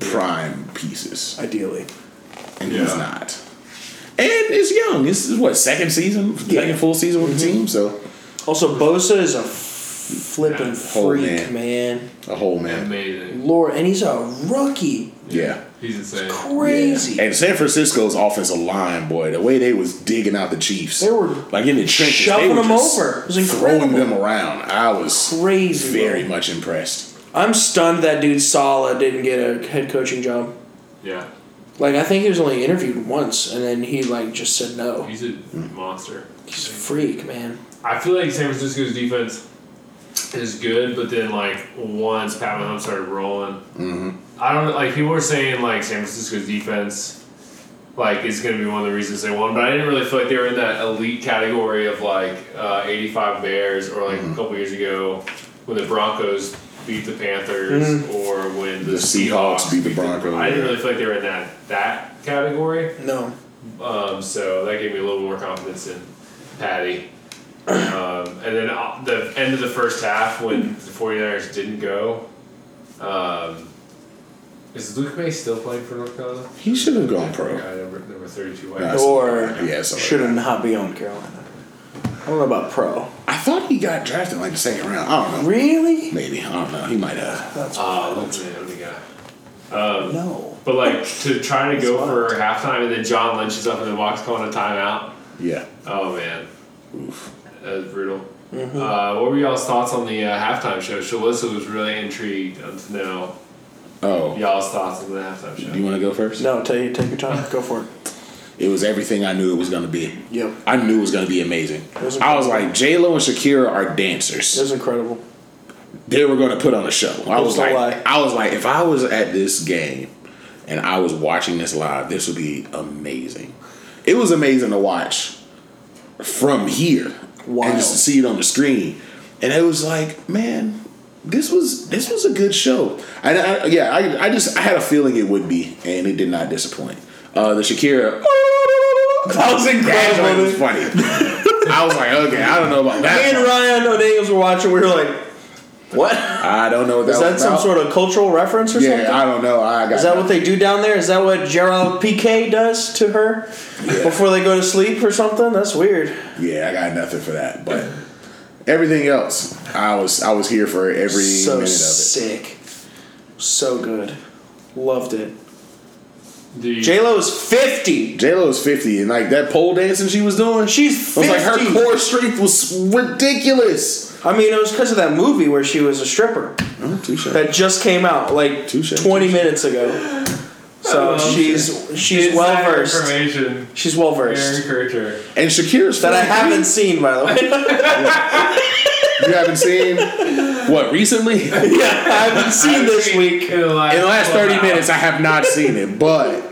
Speaker 2: prime pieces,
Speaker 1: Ideally.
Speaker 2: and
Speaker 4: Yeah.
Speaker 2: he's not. And it's young. This is what second season,
Speaker 1: Yeah.
Speaker 2: second full season with the team. So
Speaker 1: Also, Bosa is a flippin'
Speaker 2: Oh,
Speaker 1: freak,
Speaker 2: man.
Speaker 1: man.
Speaker 2: a whole man,
Speaker 4: Amazing.
Speaker 1: Lord, and he's a rookie.
Speaker 2: yeah.
Speaker 4: He's insane.
Speaker 1: Crazy.
Speaker 2: And San Francisco's offensive line, boy, the way they was digging out the Chiefs,
Speaker 1: They were
Speaker 2: like in the trenches,
Speaker 1: shoving
Speaker 2: they were
Speaker 1: them
Speaker 2: just
Speaker 1: over. It was
Speaker 2: throwing
Speaker 1: incredible.
Speaker 2: them around. I was
Speaker 1: Crazy. bro.
Speaker 2: very much impressed.
Speaker 1: I'm stunned that dude Sala didn't get a head coaching job.
Speaker 4: Yeah.
Speaker 1: Like I think he was only interviewed once, and then he like just said no.
Speaker 4: He's a monster.
Speaker 1: He's a freak, man.
Speaker 4: I feel like San Francisco's defense is good, but then like once Pat Mahomes started rolling,
Speaker 2: Mm-hmm.
Speaker 4: I don't like people were saying like San Francisco's defense like is going to be one of the reasons they won, but I didn't really feel like they were in that elite category of like uh, eighty five Bears or
Speaker 2: Mm-hmm.
Speaker 4: like a couple years ago when the Broncos beat the Panthers or when
Speaker 2: Mm-hmm. The
Speaker 4: the,
Speaker 2: Seahawks beat the Broncos,
Speaker 4: I didn't
Speaker 2: yeah.
Speaker 4: really feel like they were in that that category.
Speaker 1: No.
Speaker 4: Um, so that gave me a little more confidence in Patty. Um, and then uh, the end of the first half when the 49ers didn't go. Um, is Luke May still playing for North Carolina?
Speaker 2: He should have gone pro.
Speaker 4: Guy number, number 32. White.
Speaker 2: Nah, it's-
Speaker 1: Or
Speaker 2: yeah, something like
Speaker 1: should have not be on Carolina. I don't know about pro.
Speaker 2: I thought he got drafted like the second round. I don't know.
Speaker 1: Really?
Speaker 2: Maybe I don't know. He might have.
Speaker 1: That's
Speaker 4: Uh, Luke May, I'm the guy.
Speaker 1: no.
Speaker 4: But like to try to go for halftime and then John Lynch is up in the box calling a timeout.
Speaker 2: Yeah.
Speaker 4: Oh man, that was brutal.
Speaker 2: Mm-hmm.
Speaker 4: Uh, what were y'all's thoughts on the uh, halftime show? Shalissa was really intrigued um, to know
Speaker 2: Oh,
Speaker 4: y'all's thoughts on the halftime show.
Speaker 2: do you want to go first?
Speaker 1: No. Take take your time. Go for it.
Speaker 2: It was everything I knew it was going to be.
Speaker 1: Yep.
Speaker 2: I knew it was going to be amazing.
Speaker 1: was
Speaker 2: I was like, J Lo and Shakira are dancers.
Speaker 1: It was incredible.
Speaker 2: They were going to put on a show. I was
Speaker 1: no
Speaker 2: like,
Speaker 1: lie.
Speaker 2: I was like, if I was at this game and I was watching this live, this would be amazing. It was amazing to watch from here
Speaker 1: Wild.
Speaker 2: and just to see it on the screen. And it was like, man, this was this was a good show. And I, yeah, I, I just I had a feeling it would be, and it did not disappoint. Uh, the Shakira.
Speaker 1: That was
Speaker 2: That joint
Speaker 1: incredible.
Speaker 2: was funny. I was like, okay, I don't know about
Speaker 1: Me
Speaker 2: that.
Speaker 1: and
Speaker 2: one.
Speaker 1: Ryan O'Daniels were watching. We were like, "What?
Speaker 2: I don't know what that
Speaker 1: Is
Speaker 2: was
Speaker 1: that some
Speaker 2: about.
Speaker 1: sort of cultural reference or
Speaker 2: Yeah,
Speaker 1: something?"
Speaker 2: I don't know. I got
Speaker 1: Is that what they do down there? Is that what Gerald Piquet does to her before they go to sleep or something? That's weird.
Speaker 2: Yeah, I got nothing for that. But everything else, I was I was here for every
Speaker 1: so
Speaker 2: minute of
Speaker 1: sick. So good. Loved it.
Speaker 4: Do you,
Speaker 1: J Lo's fifty.
Speaker 2: it. J Lo is fifty, and like that pole dancing she was doing, she
Speaker 1: She's
Speaker 2: was
Speaker 1: fifty.
Speaker 2: like her core strength was ridiculous.
Speaker 1: I mean, it was because of that movie where she was a stripper
Speaker 2: Oh, touche.
Speaker 1: that just came out like
Speaker 2: Touche,
Speaker 1: twenty
Speaker 2: touche.
Speaker 1: minutes ago. So
Speaker 4: Touche.
Speaker 1: she's she's
Speaker 4: Inside
Speaker 1: well versed.
Speaker 4: Information.
Speaker 1: She's well
Speaker 4: Aaron
Speaker 1: versed.
Speaker 4: Kircher.
Speaker 2: And Shakira's
Speaker 1: That I
Speaker 2: 43.
Speaker 1: haven't seen, by the way.
Speaker 2: You haven't seen what recently?
Speaker 1: yeah, I haven't seen this week.
Speaker 4: In the last,
Speaker 2: In the last 30
Speaker 4: 12
Speaker 2: minutes, I have not seen it, but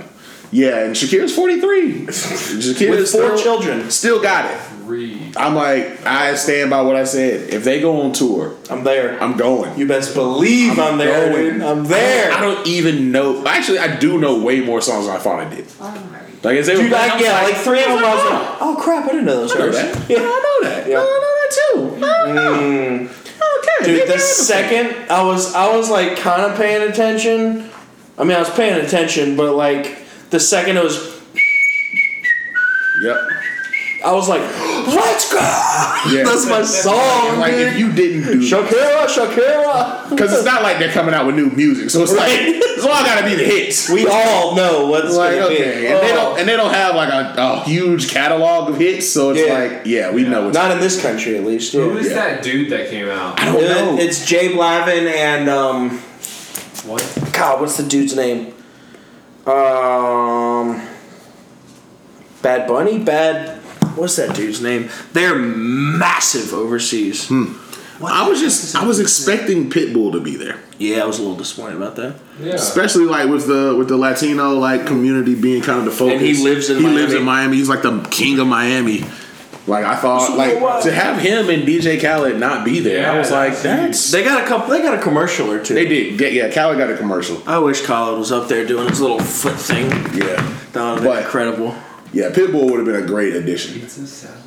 Speaker 2: yeah, and Shakira's 43. Shakira's
Speaker 1: With four
Speaker 2: still,
Speaker 1: children.
Speaker 2: Still got it.
Speaker 4: Three.
Speaker 2: I'm like, I stand by what I said. If they go on tour,
Speaker 1: I'm there.
Speaker 2: I'm going.
Speaker 1: You best believe I'm, there.
Speaker 2: going.
Speaker 1: dude. I'm there.
Speaker 2: I don't even know. Actually, I do know way more songs than I thought I did.
Speaker 3: Oh,
Speaker 2: Like, is they
Speaker 1: Dude,
Speaker 2: were,
Speaker 1: I,
Speaker 2: was
Speaker 1: yeah, like three of them. I was
Speaker 2: oh,
Speaker 1: like, oh crap, I didn't know those.
Speaker 2: I know
Speaker 1: were-
Speaker 2: that. Yeah, I
Speaker 1: Yeah.
Speaker 2: know that.
Speaker 1: Yeah. Mm.
Speaker 2: No, I know that too. I don't know. Okay,
Speaker 1: Dude, the
Speaker 2: they got it.
Speaker 1: second I was, I was like kind of paying attention. I mean, I was paying attention, but like the second it was,
Speaker 2: Yep.
Speaker 1: I was like, let's go.
Speaker 2: Yeah.
Speaker 1: That's my song,
Speaker 2: Like, if
Speaker 1: dude.
Speaker 2: you didn't do
Speaker 1: Shakira, Shakira.
Speaker 2: Because it's not like they're coming out with new music, so it's
Speaker 1: Right.
Speaker 2: like it's all gotta be the hits.
Speaker 1: We all know what's
Speaker 2: Like
Speaker 1: gonna
Speaker 2: okay,
Speaker 1: be.
Speaker 2: and they
Speaker 1: Oh.
Speaker 2: don't and they don't have like a, a huge catalog of hits, so it's
Speaker 1: Yeah.
Speaker 2: like yeah, we know it's
Speaker 1: Oh. Not in this country, at least. yeah.
Speaker 4: Who is
Speaker 2: Yeah.
Speaker 4: that dude that came out?
Speaker 2: I don't know.
Speaker 1: It- it's Jay Blavin and um,
Speaker 4: What?
Speaker 1: God, what's the dude's name? Um, Bad Bunny. Bad. What's that dude's name? They're massive overseas.
Speaker 2: Hmm. I was just I was expecting Pitbull to be there,
Speaker 1: Yeah, I was a little disappointed about that.
Speaker 4: Yeah.
Speaker 2: especially like with the with the Latino like community being kind of the focus.
Speaker 1: And he lives in
Speaker 2: he lives
Speaker 1: Miami.
Speaker 2: in Miami. He's like the king of Miami. Like I thought,
Speaker 1: So
Speaker 2: like
Speaker 1: what?
Speaker 2: to have him and DJ Khaled not be there, I
Speaker 4: Yeah,
Speaker 2: was like,
Speaker 4: that's
Speaker 2: that's
Speaker 1: They got a couple. They got a commercial or two.
Speaker 2: they did. Yeah, yeah, Khaled got a commercial.
Speaker 1: I wish Khaled was up there doing his little foot thing. That
Speaker 2: Yeah,
Speaker 1: would have been
Speaker 2: What?
Speaker 1: incredible.
Speaker 2: yeah, Pitbull would have been a great addition.
Speaker 4: Pizza salad.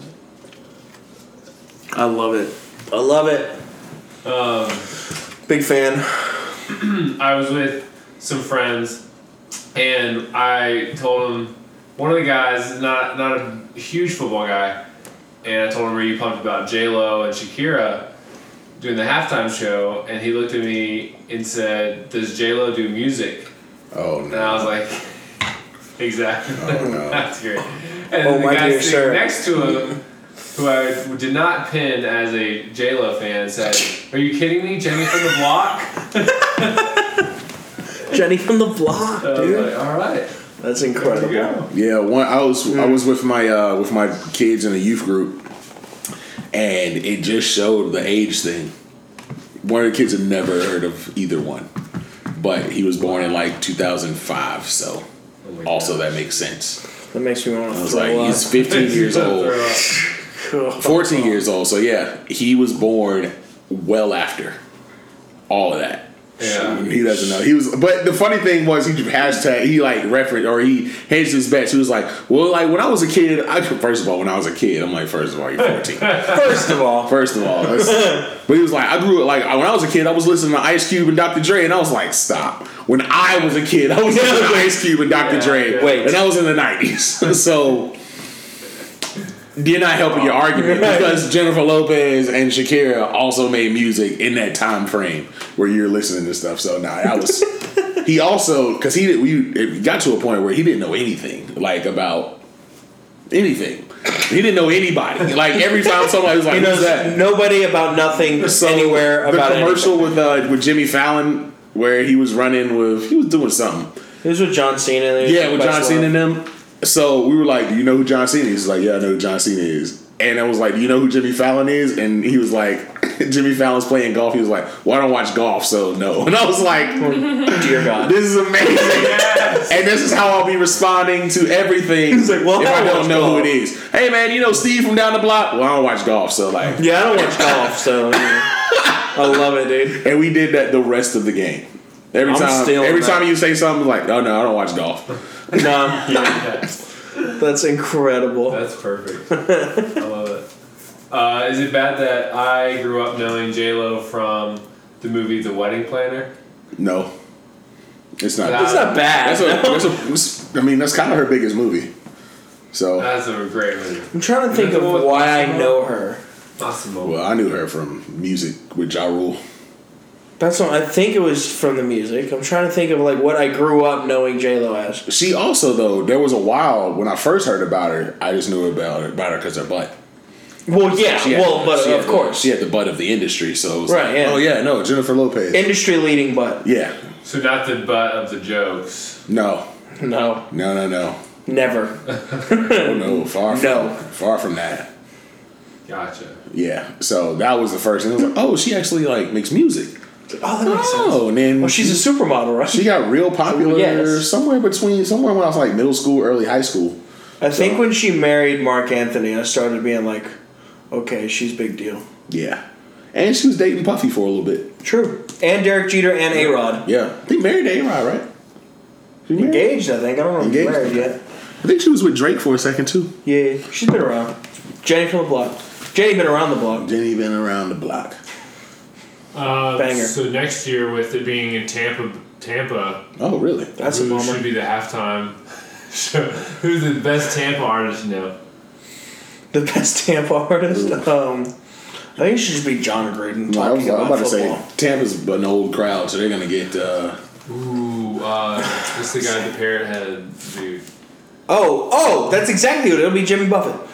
Speaker 1: I love it. I love it.
Speaker 4: Um,
Speaker 1: Big fan.
Speaker 4: I was with some friends, and I told him one of the guys, not not a huge football guy, and I told him, "Were you pumped about J Lo and Shakira doing the halftime show?" And he looked at me and said, "Does J Lo do music?"
Speaker 2: Oh
Speaker 4: And I
Speaker 2: no,
Speaker 4: was like, "Exactly,
Speaker 2: Oh, no.
Speaker 4: that's great." And
Speaker 1: Oh,
Speaker 4: then the
Speaker 1: my
Speaker 4: guy
Speaker 1: dear
Speaker 4: sitting
Speaker 1: sir.
Speaker 4: next to him. Who I did not pin as a J Lo fan said, "Are you kidding me, Jenny from the Block?"
Speaker 1: Jenny from the block,
Speaker 4: I was
Speaker 1: dude.
Speaker 4: Oh, like, all right.
Speaker 1: That's
Speaker 4: There
Speaker 1: incredible.
Speaker 4: you go.
Speaker 2: yeah. One, I was I was with my uh, with my kids in a youth group, and it just showed the age thing. One of the kids had never heard of either one, but he was born in like 2005, so also
Speaker 4: Oh
Speaker 2: that makes sense.
Speaker 1: That makes me want
Speaker 2: I
Speaker 1: to
Speaker 2: was like,
Speaker 1: throw
Speaker 2: he's
Speaker 1: up.
Speaker 2: 15 years old. 14 years old. So yeah, he was born well after all of that.
Speaker 4: Yeah.
Speaker 2: He doesn't know. He was, but the funny thing was, he hashtag he like referenced or he hedged his bets. He was like, "Well, like when I was a kid, I first of all, when I was a kid, I'm like, first of all, you're 14.
Speaker 1: First of all,
Speaker 2: first of all, that's- but he was like, I grew up like when I was a kid, I was listening to Ice Cube and Dr. Dre, and I was like, stop. When I was a kid, I was listening to Ice Cube and Dr.
Speaker 4: Yeah,
Speaker 2: Dre,
Speaker 4: yeah.
Speaker 1: Wait.
Speaker 2: and I was in the 90s, so. You're not helping your argument
Speaker 1: Right.
Speaker 2: because Jennifer Lopez and Shakira also made music in that time frame where you're listening to stuff. So nah, that was he also because he did we it got to a point where he didn't know anything like about anything. He didn't know anybody. Like every time somebody was like,
Speaker 1: he knows
Speaker 2: "Who's that?"
Speaker 1: nobody about nothing
Speaker 2: So,
Speaker 1: anywhere
Speaker 2: the
Speaker 1: about
Speaker 2: commercial with uh, with Jimmy Fallon where he was running with he was doing something.
Speaker 1: anything. This was John Cena. There was
Speaker 2: Yeah, with
Speaker 1: Quest
Speaker 2: John
Speaker 1: Love.
Speaker 2: Cena and them. So we were like, "Do you know who John Cena is?" He's like, "Yeah, I know who John Cena is." And I was like, "Do you know who Jimmy Fallon is?" And he was like, "Jimmy Fallon's playing golf." He was like, "Well, I don't watch golf, so no." And I was like,
Speaker 1: Dear God.
Speaker 2: "This is amazing."
Speaker 4: Yes.
Speaker 2: And this is how I'll be responding to everything.
Speaker 1: He's like, well,
Speaker 2: if
Speaker 1: I
Speaker 2: I
Speaker 1: don't
Speaker 2: don't
Speaker 1: watch
Speaker 2: know
Speaker 1: golf.
Speaker 2: who it is. Hey, man, you know Steve from down the block? Well, I don't watch golf, so like.
Speaker 1: Yeah, I don't watch golf, so you know. I love it, dude.
Speaker 2: And we did that the rest of the game. Every
Speaker 1: I'm
Speaker 2: time,
Speaker 1: stealing
Speaker 2: every
Speaker 1: that.
Speaker 2: time you say something like, "Oh no, I don't watch golf,"
Speaker 1: No,
Speaker 4: Yes.
Speaker 1: that's incredible.
Speaker 4: That's perfect. I love it. Uh, is it bad that I grew up knowing J Lo from the movie The Wedding Planner?
Speaker 2: no, it's not.
Speaker 4: Nah.
Speaker 1: That's not bad.
Speaker 2: That's a, that's a, that's- I mean, that's kind of her biggest movie. So,
Speaker 4: That's a great movie.
Speaker 1: I'm trying to think of why I know her.
Speaker 4: Massimo.
Speaker 2: well, I knew her from music with Ja Rule.
Speaker 1: That's what I think it was from the music. I'm trying to think of like what I grew up knowing J Lo as.
Speaker 2: She also, though, there was a while when I first heard about her, I just knew about her about her because her butt.
Speaker 1: Well, yeah,
Speaker 2: She had
Speaker 1: well,
Speaker 2: the-
Speaker 1: but
Speaker 2: she had
Speaker 1: of
Speaker 2: the-
Speaker 1: course,
Speaker 2: she had the butt of the industry. So, it was
Speaker 1: Right,
Speaker 2: like,
Speaker 1: yeah.
Speaker 2: oh yeah, no, Jennifer Lopez.
Speaker 1: industry leading, but
Speaker 2: yeah,
Speaker 4: So not the butt of the jokes.
Speaker 2: no,
Speaker 1: no,
Speaker 2: no, no, no,
Speaker 1: never.
Speaker 2: oh, no, far from,
Speaker 1: No.
Speaker 2: far from that.
Speaker 4: Gotcha.
Speaker 2: Yeah, so that was the first, and it was like, oh, she actually like makes music.
Speaker 1: Oh, that makes sense.
Speaker 2: Oh, and then
Speaker 1: Well, she's a supermodel, right?
Speaker 2: she got real popular
Speaker 1: Yes.
Speaker 2: somewhere between somewhere when I was like middle school, early high school.
Speaker 1: I think when she married Mark Anthony, I started being like, okay, she's big deal.
Speaker 2: Yeah. And she was dating Puffy for a little bit.
Speaker 1: True. And Derek Jeter and A Rod.
Speaker 2: Yeah. They married A Rod, right? She married-
Speaker 1: Engaged, I think. I don't know if
Speaker 2: Engaged,
Speaker 1: she's married
Speaker 2: okay.
Speaker 1: yet.
Speaker 2: I think she was with Drake for a second too.
Speaker 1: Yeah, she's been around. Jenny from the block. Jenny been around the block.
Speaker 2: Jenny been around the block.
Speaker 4: Uh,
Speaker 1: Banger.
Speaker 4: So next year, with it being in Tampa, Tampa,
Speaker 2: Oh, really?
Speaker 1: That's a
Speaker 4: who
Speaker 1: bummer.
Speaker 4: should be the halftime? show? Who's the best Tampa artist now?
Speaker 1: The best Tampa artist. Um, I think it should just be John Graydon
Speaker 2: No, I
Speaker 1: talking
Speaker 2: was, I was
Speaker 1: about,
Speaker 2: about to
Speaker 1: football.
Speaker 2: say Tampa's an old crowd, so they're gonna get. Uh,
Speaker 4: Ooh, uh, what's the guy with the parrot head, dude?
Speaker 1: Oh, oh, that's exactly what it'll be. Jimmy Buffett.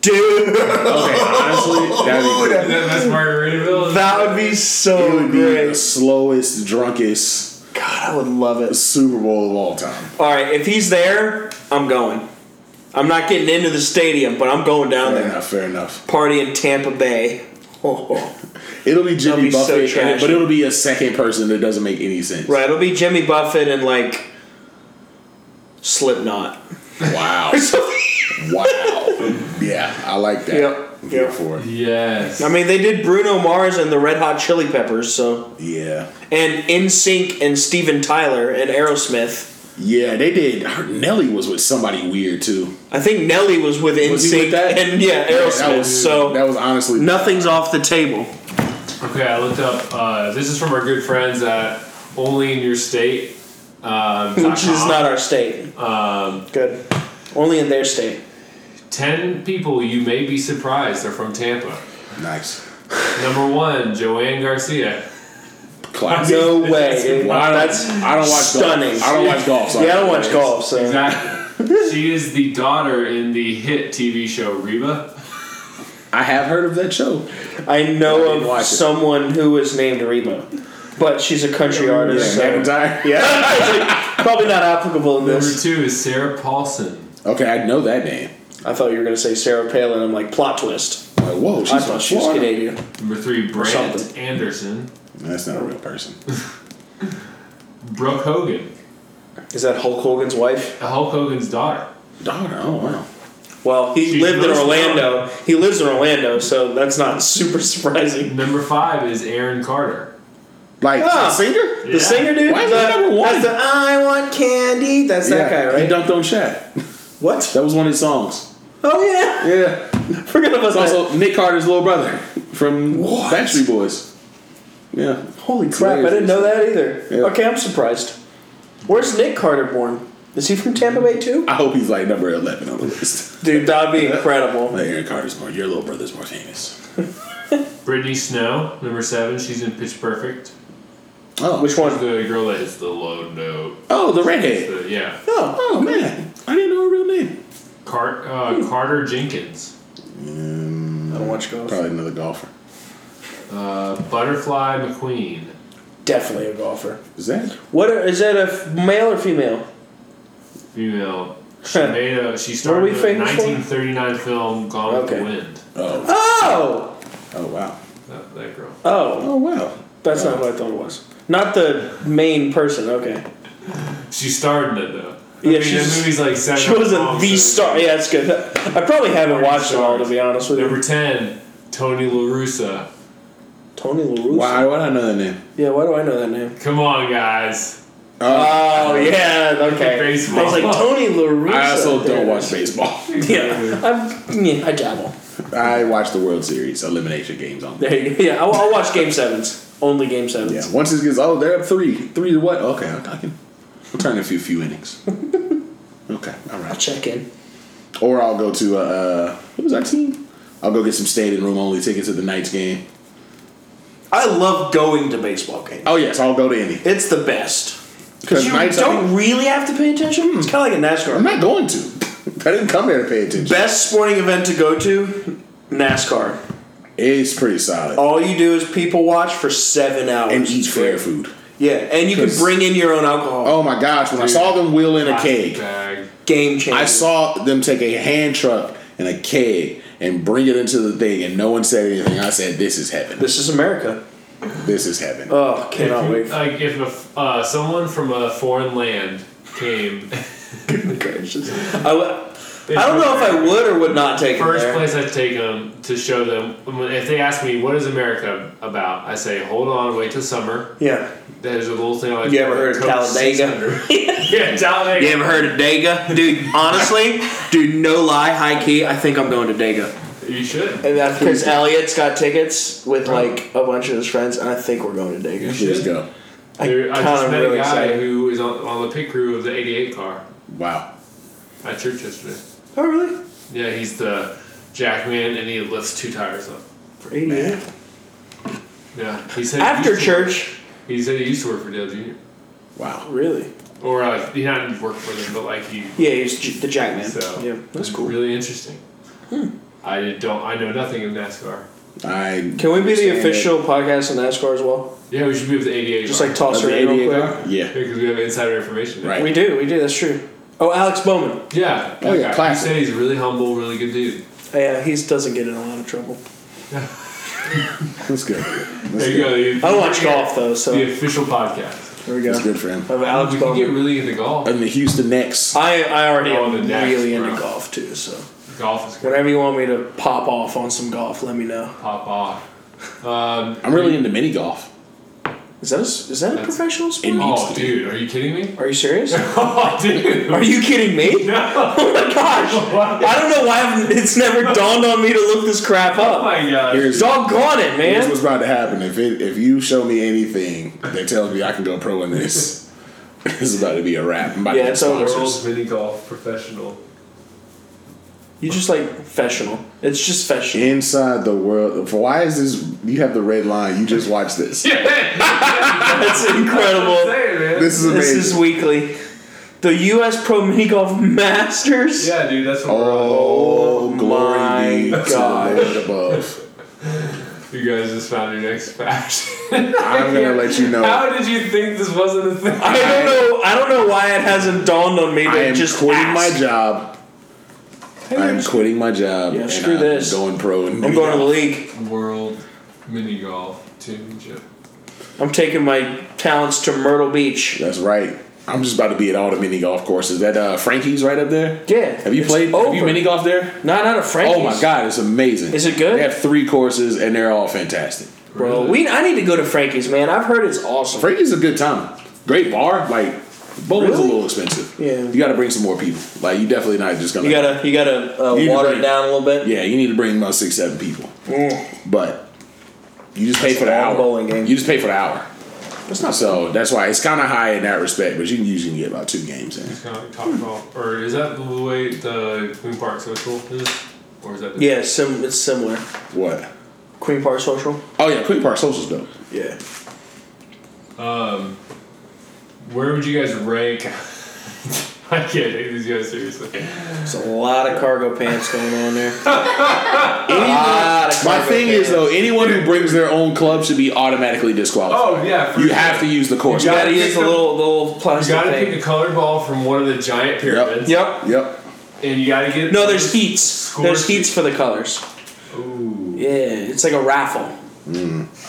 Speaker 1: Dude,
Speaker 2: okay, honestly, that'd
Speaker 4: That- That's Margaritaville.
Speaker 1: that would be
Speaker 2: be, it
Speaker 1: so
Speaker 2: would be the
Speaker 1: great.
Speaker 2: slowest, drunkest
Speaker 1: God, I would love it.
Speaker 2: Super Bowl of all time.
Speaker 1: All right, if he's there, I'm going. I'm not getting into the stadium, but I'm going down
Speaker 2: Fair
Speaker 1: there.
Speaker 2: enough. Fair enough.
Speaker 1: Party in Tampa Bay. Oh,
Speaker 2: It'll be Jimmy
Speaker 1: be so
Speaker 2: Buffett, and it-
Speaker 1: trashy.
Speaker 2: but it'll be a second person that doesn't make any sense.
Speaker 1: right, it'll be Jimmy Buffett and like Slipknot.
Speaker 2: Wow. Wow. yeah, I like that.
Speaker 1: Yep,
Speaker 2: I'm here
Speaker 1: yep.
Speaker 2: for it.
Speaker 4: Yes.
Speaker 1: I mean, they did Bruno Mars and the Red Hot Chili Peppers, so
Speaker 2: Yeah.
Speaker 1: and In Sync and Steven Tyler and Aerosmith.
Speaker 2: Yeah, they did. Her, Nelly was with somebody weird too.
Speaker 1: I think Nelly was with In
Speaker 2: Was he with
Speaker 1: Sync
Speaker 2: that?
Speaker 1: and yeah,
Speaker 2: that
Speaker 1: Aerosmith.
Speaker 2: was,
Speaker 1: so
Speaker 2: that was honestly
Speaker 1: nothing's off the table.
Speaker 4: Okay, I looked up. Uh, this is from our good friends at Only in Your State. Um,
Speaker 1: Which is not our state.
Speaker 4: Um,
Speaker 1: Good. Only in their state.
Speaker 4: ten people you may be surprised are from Tampa.
Speaker 2: nice.
Speaker 4: Number one, Joanne Garcia.
Speaker 2: Classic.
Speaker 1: No way.
Speaker 4: That's-
Speaker 1: dude.
Speaker 2: I don't,
Speaker 1: That's
Speaker 2: I don't watch
Speaker 1: stunning.
Speaker 2: golf. I don't watch golf. So
Speaker 1: yeah. I don't watch
Speaker 2: know.
Speaker 1: golf, so
Speaker 4: Exactly. she is the daughter in the hit TV show Reba.
Speaker 2: I have heard of that show.
Speaker 1: I
Speaker 2: I
Speaker 1: know
Speaker 2: didn't watch
Speaker 1: of
Speaker 2: it.
Speaker 1: someone who is named Reba, but she's a country artist. so-
Speaker 2: McIntyre.
Speaker 1: Yeah, It's like, probably not applicable in
Speaker 4: Number
Speaker 1: this.
Speaker 4: two is Sarah Paulson.
Speaker 2: Okay, I know that name.
Speaker 1: I thought you were gonna say Sarah Palin. I'm like plot twist.
Speaker 2: I'm like, whoa,
Speaker 1: I
Speaker 2: she's from
Speaker 1: thought she was
Speaker 2: Florida.
Speaker 1: Canadian.
Speaker 4: Number three, Brant
Speaker 1: something.
Speaker 4: Anderson.
Speaker 2: That's not a real person.
Speaker 4: Brooke Hogan,
Speaker 1: Is that Hulk Hogan's wife?
Speaker 4: Hulk Hogan's daughter.
Speaker 2: Daughter. Oh wow.
Speaker 1: Well, he
Speaker 4: She
Speaker 1: lived in
Speaker 4: lives in
Speaker 1: Orlando. He lives in Orlando, so that's not super surprising.
Speaker 4: Number five is Aaron Carter.
Speaker 2: Like
Speaker 1: Ah.
Speaker 2: the singer.
Speaker 1: The
Speaker 4: Yeah.
Speaker 1: singer dude,
Speaker 2: Why is
Speaker 1: the,
Speaker 2: he number one?
Speaker 1: that's the "I want candy." That's that
Speaker 2: Yeah,
Speaker 1: guy, right?
Speaker 2: He dunked on Shaq.
Speaker 1: What?
Speaker 2: That was one of his songs.
Speaker 1: Oh yeah,
Speaker 2: Yeah.
Speaker 1: forgot about
Speaker 2: It's
Speaker 1: that.
Speaker 2: also Nick Carter's little brother from
Speaker 1: What?
Speaker 2: Backstreet Boys. Yeah.
Speaker 1: Holy crap! I didn't know that either.
Speaker 2: Yeah.
Speaker 1: Okay, I'm surprised. Where's Nick Carter born? Is he from Tampa Bay too?
Speaker 2: I hope he's like number eleven on the list.
Speaker 1: Dude, that'd be incredible.
Speaker 2: Like Aaron Carter's more. Your little brother's more famous.
Speaker 4: Brittany Snow, number seven. She's in Pitch Perfect.
Speaker 2: Oh,
Speaker 1: Which
Speaker 4: She's
Speaker 1: one?
Speaker 4: the girl that hits the low note.
Speaker 2: oh, the redhead.
Speaker 4: The- yeah.
Speaker 1: Oh,
Speaker 2: Oh man, I didn't know her real name.
Speaker 4: Car-
Speaker 1: Hmm.
Speaker 4: uh, Carter Jenkins.
Speaker 1: I don't watch golf.
Speaker 2: Probably another golfer.
Speaker 4: Uh, Butterfly McQueen.
Speaker 1: Definitely a golfer.
Speaker 2: Is that?
Speaker 1: What are, is that? A f- male or female?
Speaker 4: Female. She made a. She started
Speaker 1: we
Speaker 4: the
Speaker 1: famous for?
Speaker 4: 1939 film Gone with
Speaker 1: Okay.
Speaker 4: the Wind.
Speaker 2: Oh.
Speaker 1: Oh,
Speaker 2: Oh wow.
Speaker 4: That, that girl.
Speaker 1: oh,
Speaker 2: Oh wow.
Speaker 1: that's not what I thought it was. Not the main person. Okay,
Speaker 4: She starred in it though.
Speaker 1: Yeah,
Speaker 4: I mean,
Speaker 1: she's-
Speaker 4: the movie's like seven.
Speaker 1: she wasn't
Speaker 4: long,
Speaker 1: the
Speaker 4: so-
Speaker 1: star. Yeah, that's good. I probably haven't watched it all to be honest with you.
Speaker 4: Number ten, Tony LaRussa.
Speaker 1: Tony LaRusso.
Speaker 2: Why would I know that name?
Speaker 1: Yeah, why do I know that name?
Speaker 4: Come on, guys.
Speaker 1: Oh yeah, okay.
Speaker 4: Baseball.
Speaker 1: I was like Tony LaRusso.
Speaker 2: I also
Speaker 1: There
Speaker 2: don't
Speaker 1: it is.
Speaker 2: watch baseball.
Speaker 1: Yeah, I'm, yeah, I dabble.
Speaker 2: I watch the World Series elimination games on.
Speaker 1: There you go. Yeah, I'll, I'll watch game sevens. Only game sevens.
Speaker 2: Yeah. Once it gets oh, they're up three, three to what? Okay, I can. We'll turn a few few innings. okay, all
Speaker 1: I'll
Speaker 2: right.
Speaker 1: check in.
Speaker 2: Or I'll go to uh, uh, what was our team? I'll go get some standing room only tickets to the Knights game.
Speaker 1: I love going to baseball games.
Speaker 2: Oh yes, I'll go to any.
Speaker 1: It's the best because you
Speaker 2: Knights, I
Speaker 1: don't
Speaker 2: think-
Speaker 1: really have to pay attention. It's kind of like a NASCAR.
Speaker 2: I'm not going to. I didn't come here to pay attention.
Speaker 1: Best sporting event to go to, NASCAR.
Speaker 2: It's pretty solid.
Speaker 1: All you do is people watch for seven hours.
Speaker 2: and eat
Speaker 1: Oh, It's great.
Speaker 2: fair food.
Speaker 1: Yeah, and you can
Speaker 2: 'Cause-
Speaker 1: bring in your own alcohol.
Speaker 2: Oh my gosh! When I saw them wheel in a
Speaker 4: Plastic
Speaker 2: keg,
Speaker 4: Bag.
Speaker 1: Game changer.
Speaker 2: I saw them take a hand truck and a keg and bring it into the thing, and no one said anything. I said, "This is heaven.
Speaker 1: This is America.
Speaker 2: This is heaven."
Speaker 1: Oh, cannot
Speaker 4: If you-
Speaker 1: wait.
Speaker 4: Like if a f uh, someone from a foreign land came,
Speaker 1: Gracious. I, w- I don't know if I would or would not take
Speaker 4: First
Speaker 1: it there.
Speaker 4: place I take them to show them when- if they ask me what is America about, I say hold on, wait till summer.
Speaker 1: Yeah.
Speaker 4: There's a little thing like
Speaker 1: You ever heard of
Speaker 4: Coke
Speaker 1: Talladega?
Speaker 4: 600. yeah, Talladega.
Speaker 1: You ever heard of Dega? Dude, honestly, dude, no lie, high key, I think I'm going to Dega.
Speaker 4: You should.
Speaker 1: And that's Chris Elliott's got tickets with like a bunch of his friends, and I think we're going to Dega.
Speaker 2: Let's go.
Speaker 1: I
Speaker 4: There- I
Speaker 1: kinda
Speaker 4: just met
Speaker 1: really
Speaker 4: a guy
Speaker 1: excited.
Speaker 4: who was on, on the pit crew of the '88 car
Speaker 2: Wow.
Speaker 4: at church yesterday.
Speaker 1: Oh, really?
Speaker 4: Yeah, he's the jackman, and he lifts two tires up.
Speaker 1: For 88?
Speaker 4: Yeah, he said he
Speaker 1: After
Speaker 4: used to-
Speaker 1: church?
Speaker 4: He said he used to work for Dale Jr.
Speaker 2: Wow.
Speaker 1: Really?
Speaker 4: Or uh, he not work for them, but like he.
Speaker 1: Yeah, he's J- the Jackman.
Speaker 4: So
Speaker 1: yeah, that's
Speaker 4: it's
Speaker 1: cool. Hmm.
Speaker 4: Really interesting. I don't. I know nothing of NASCAR.
Speaker 2: I
Speaker 1: Can we be the
Speaker 2: understand
Speaker 1: official podcast on NASCAR as well?
Speaker 4: Yeah, we should be with the ADA.
Speaker 1: Just like toss
Speaker 2: Of the
Speaker 1: her in real
Speaker 2: 88
Speaker 1: quick.
Speaker 2: car? Yeah.
Speaker 4: because we have insider information.
Speaker 2: Right.
Speaker 1: We do, we do. That's true. Oh, Alex Bowman.
Speaker 4: Yeah.
Speaker 2: Oh, yeah,
Speaker 4: He
Speaker 2: classic.
Speaker 4: said he's a really humble, really good dude.
Speaker 1: Oh, Yeah, he doesn't get in a lot of trouble.
Speaker 2: That's good. That's
Speaker 4: There you
Speaker 2: good.
Speaker 4: go.
Speaker 1: I don't watch golf though, so
Speaker 4: The official podcast.
Speaker 1: There we go.
Speaker 2: It's good for him.
Speaker 1: Of Alex
Speaker 4: we could get
Speaker 1: Bowman.
Speaker 4: really into golf.
Speaker 2: And the Houston Nets.
Speaker 1: I I already
Speaker 4: Oh,
Speaker 1: am
Speaker 4: the next
Speaker 1: really into
Speaker 4: round.
Speaker 1: golf too. So
Speaker 4: Golf is going to
Speaker 1: whenever you want me to pop off on some golf, let me know.
Speaker 4: pop off. Um,
Speaker 2: I'm really into mini golf.
Speaker 1: Is that a, s- is that a
Speaker 4: That's-
Speaker 1: professional sport?
Speaker 2: in-
Speaker 4: oh, dude, are you kidding me?
Speaker 1: Are you serious?
Speaker 4: Oh, dude.
Speaker 1: Are you kidding me?
Speaker 4: No.
Speaker 1: Oh my gosh! I don't know why I've, it's never dawned on me to look this crap
Speaker 4: Oh
Speaker 1: up.
Speaker 4: my gosh.
Speaker 2: Here's,
Speaker 1: Doggone it,
Speaker 2: here's
Speaker 1: man!
Speaker 2: what's about to happen. If it, if you show me anything that tells me I can go pro in this, it's about to be a wrap. I'm about
Speaker 1: Yeah,
Speaker 2: to get
Speaker 1: it's over.
Speaker 2: sponsors.
Speaker 4: World mini golf professional.
Speaker 1: You just like professional. It's just professional.
Speaker 2: Inside the world. Why is this? You have the red line. You just watched this.
Speaker 1: That's
Speaker 4: I'm
Speaker 1: incredible.
Speaker 4: saying, man.
Speaker 2: This is amazing.
Speaker 1: This is weekly. The U.S. Pro Mini Golf Masters.
Speaker 4: yeah, dude, that's what
Speaker 2: Oh, glory
Speaker 1: my
Speaker 2: be to
Speaker 1: gosh.
Speaker 2: the Lord above.
Speaker 1: Oh.
Speaker 4: we're on. You guys just found your next fashion.
Speaker 2: I'm gonna let you know.
Speaker 4: How did you think this wasn't a thing?
Speaker 1: I don't know. I don't know why it hasn't dawned on me to
Speaker 2: I am
Speaker 1: just
Speaker 2: quitting
Speaker 1: ask.
Speaker 2: my job. I'm quitting my job.
Speaker 1: Yeah,
Speaker 2: and
Speaker 1: screw
Speaker 2: I'm
Speaker 1: this.
Speaker 2: Going pro. And
Speaker 1: I'm going to the league.
Speaker 4: World mini golf championship.
Speaker 1: I'm taking my talents to Myrtle Beach.
Speaker 2: That's right. I'm just about to be at all the mini golf courses. That uh, Frankie's right up there.
Speaker 1: Yeah.
Speaker 2: Have you
Speaker 1: it's
Speaker 2: played?
Speaker 1: Over.
Speaker 2: Have you mini golf there?
Speaker 1: Not out of Frankie's.
Speaker 2: Oh my god, it's amazing.
Speaker 1: Is it good?
Speaker 2: They have three courses and they're all fantastic.
Speaker 1: bro. We I need to go to Frankie's, man. I've heard it's awesome.
Speaker 2: Frankie's a good time. Great bar. Like bowling's a
Speaker 1: Really?
Speaker 2: little expensive.
Speaker 1: Yeah.
Speaker 2: You got to bring some more people. Like you definitely not just gonna.
Speaker 1: you gotta you gotta uh,
Speaker 2: You need to
Speaker 1: water
Speaker 2: bring-
Speaker 1: it down a little bit.
Speaker 2: yeah, you need to bring about six, seven people.
Speaker 1: Mm.
Speaker 2: But you just pay for
Speaker 1: a
Speaker 2: the
Speaker 1: long
Speaker 2: hour.
Speaker 1: bowling game.
Speaker 2: You just pay for the hour. That's not so. That's why it's kind of high in that respect, but you can usually get about two games in.
Speaker 4: It's kind of like top golf, or is that the way the Queen Park Social is, or is that different?
Speaker 1: Yeah, sim- it's similar.
Speaker 2: What?
Speaker 1: Queen Park Social.
Speaker 2: Oh yeah, Quick Park Social's dope.
Speaker 1: Yeah.
Speaker 4: Um, where would you guys rank? I can't take these guys seriously.
Speaker 1: There's a lot of cargo pants going on there. a lot of
Speaker 2: My
Speaker 1: cargo
Speaker 2: thing is
Speaker 1: pants.
Speaker 2: though, anyone who brings their own club should be automatically disqualified.
Speaker 4: Oh yeah, for
Speaker 2: you
Speaker 4: sure.
Speaker 2: have to use the course.
Speaker 1: you gotta
Speaker 4: pick
Speaker 1: use the
Speaker 4: up-
Speaker 1: little the little
Speaker 4: You
Speaker 1: plastic
Speaker 4: gotta pick
Speaker 1: thing.
Speaker 4: a colored ball from one of the giant pyramids,
Speaker 1: Yep.
Speaker 2: Yep.
Speaker 4: and you gotta get
Speaker 1: No, there's heats.
Speaker 4: Scores
Speaker 1: There's heats
Speaker 4: sheet.
Speaker 1: for the colors.
Speaker 4: Ooh,
Speaker 1: Yeah, it's like a raffle.
Speaker 4: I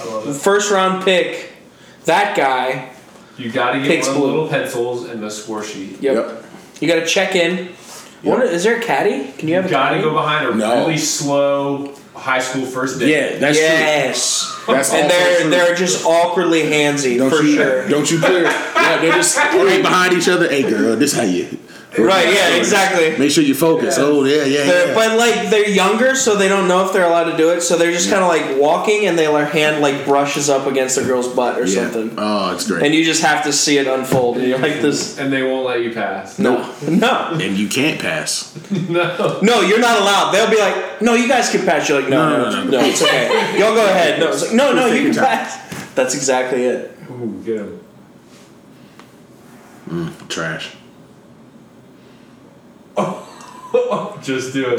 Speaker 4: love
Speaker 1: The
Speaker 4: it.
Speaker 1: first round pick, that guy.
Speaker 4: You gotta get
Speaker 1: Picks
Speaker 4: one of
Speaker 1: blue.
Speaker 4: the little pencils and the score sheet.
Speaker 1: Yep.
Speaker 2: Yep.
Speaker 1: You gotta check in. What is there a caddy? Can you have
Speaker 4: You
Speaker 1: a caddy?
Speaker 4: gotta go behind a
Speaker 2: No.
Speaker 4: really slow high school first date.
Speaker 2: Yeah, that's true.
Speaker 1: yes.
Speaker 2: That's
Speaker 1: And
Speaker 2: also
Speaker 1: they're
Speaker 2: true.
Speaker 1: they're just awkwardly handsy
Speaker 2: don't
Speaker 1: for
Speaker 2: you,
Speaker 1: sure.
Speaker 2: Don't you clear? yeah, they're just right behind each other. Hey girl, this how you.
Speaker 1: Right, yeah, exactly.
Speaker 2: Make sure you focus.
Speaker 4: Yeah.
Speaker 2: Oh yeah, yeah,
Speaker 1: They're,
Speaker 2: yeah.
Speaker 1: But like they're younger, so they don't know if they're allowed to do it. So they're just kind of like walking, and they, their hand like brushes up against the girl's butt or
Speaker 2: Yeah.
Speaker 1: something,
Speaker 2: Oh, it's great.
Speaker 1: and you just have to see it unfold. And you're like this.
Speaker 4: and they won't let you pass.
Speaker 1: No, no,
Speaker 2: and you can't pass.
Speaker 4: no.
Speaker 1: no. You're not allowed. They'll be like, no, you guys can pass. You're like, no,
Speaker 2: No,
Speaker 1: no,
Speaker 2: no,
Speaker 1: no,
Speaker 2: no.
Speaker 1: it's okay. Y'all go ahead. No, it's like, no, no,
Speaker 2: Take
Speaker 1: you
Speaker 2: your
Speaker 1: can
Speaker 2: time.
Speaker 1: pass. That's exactly it.
Speaker 4: Ooh, get him.
Speaker 2: Trash.
Speaker 4: Just do it.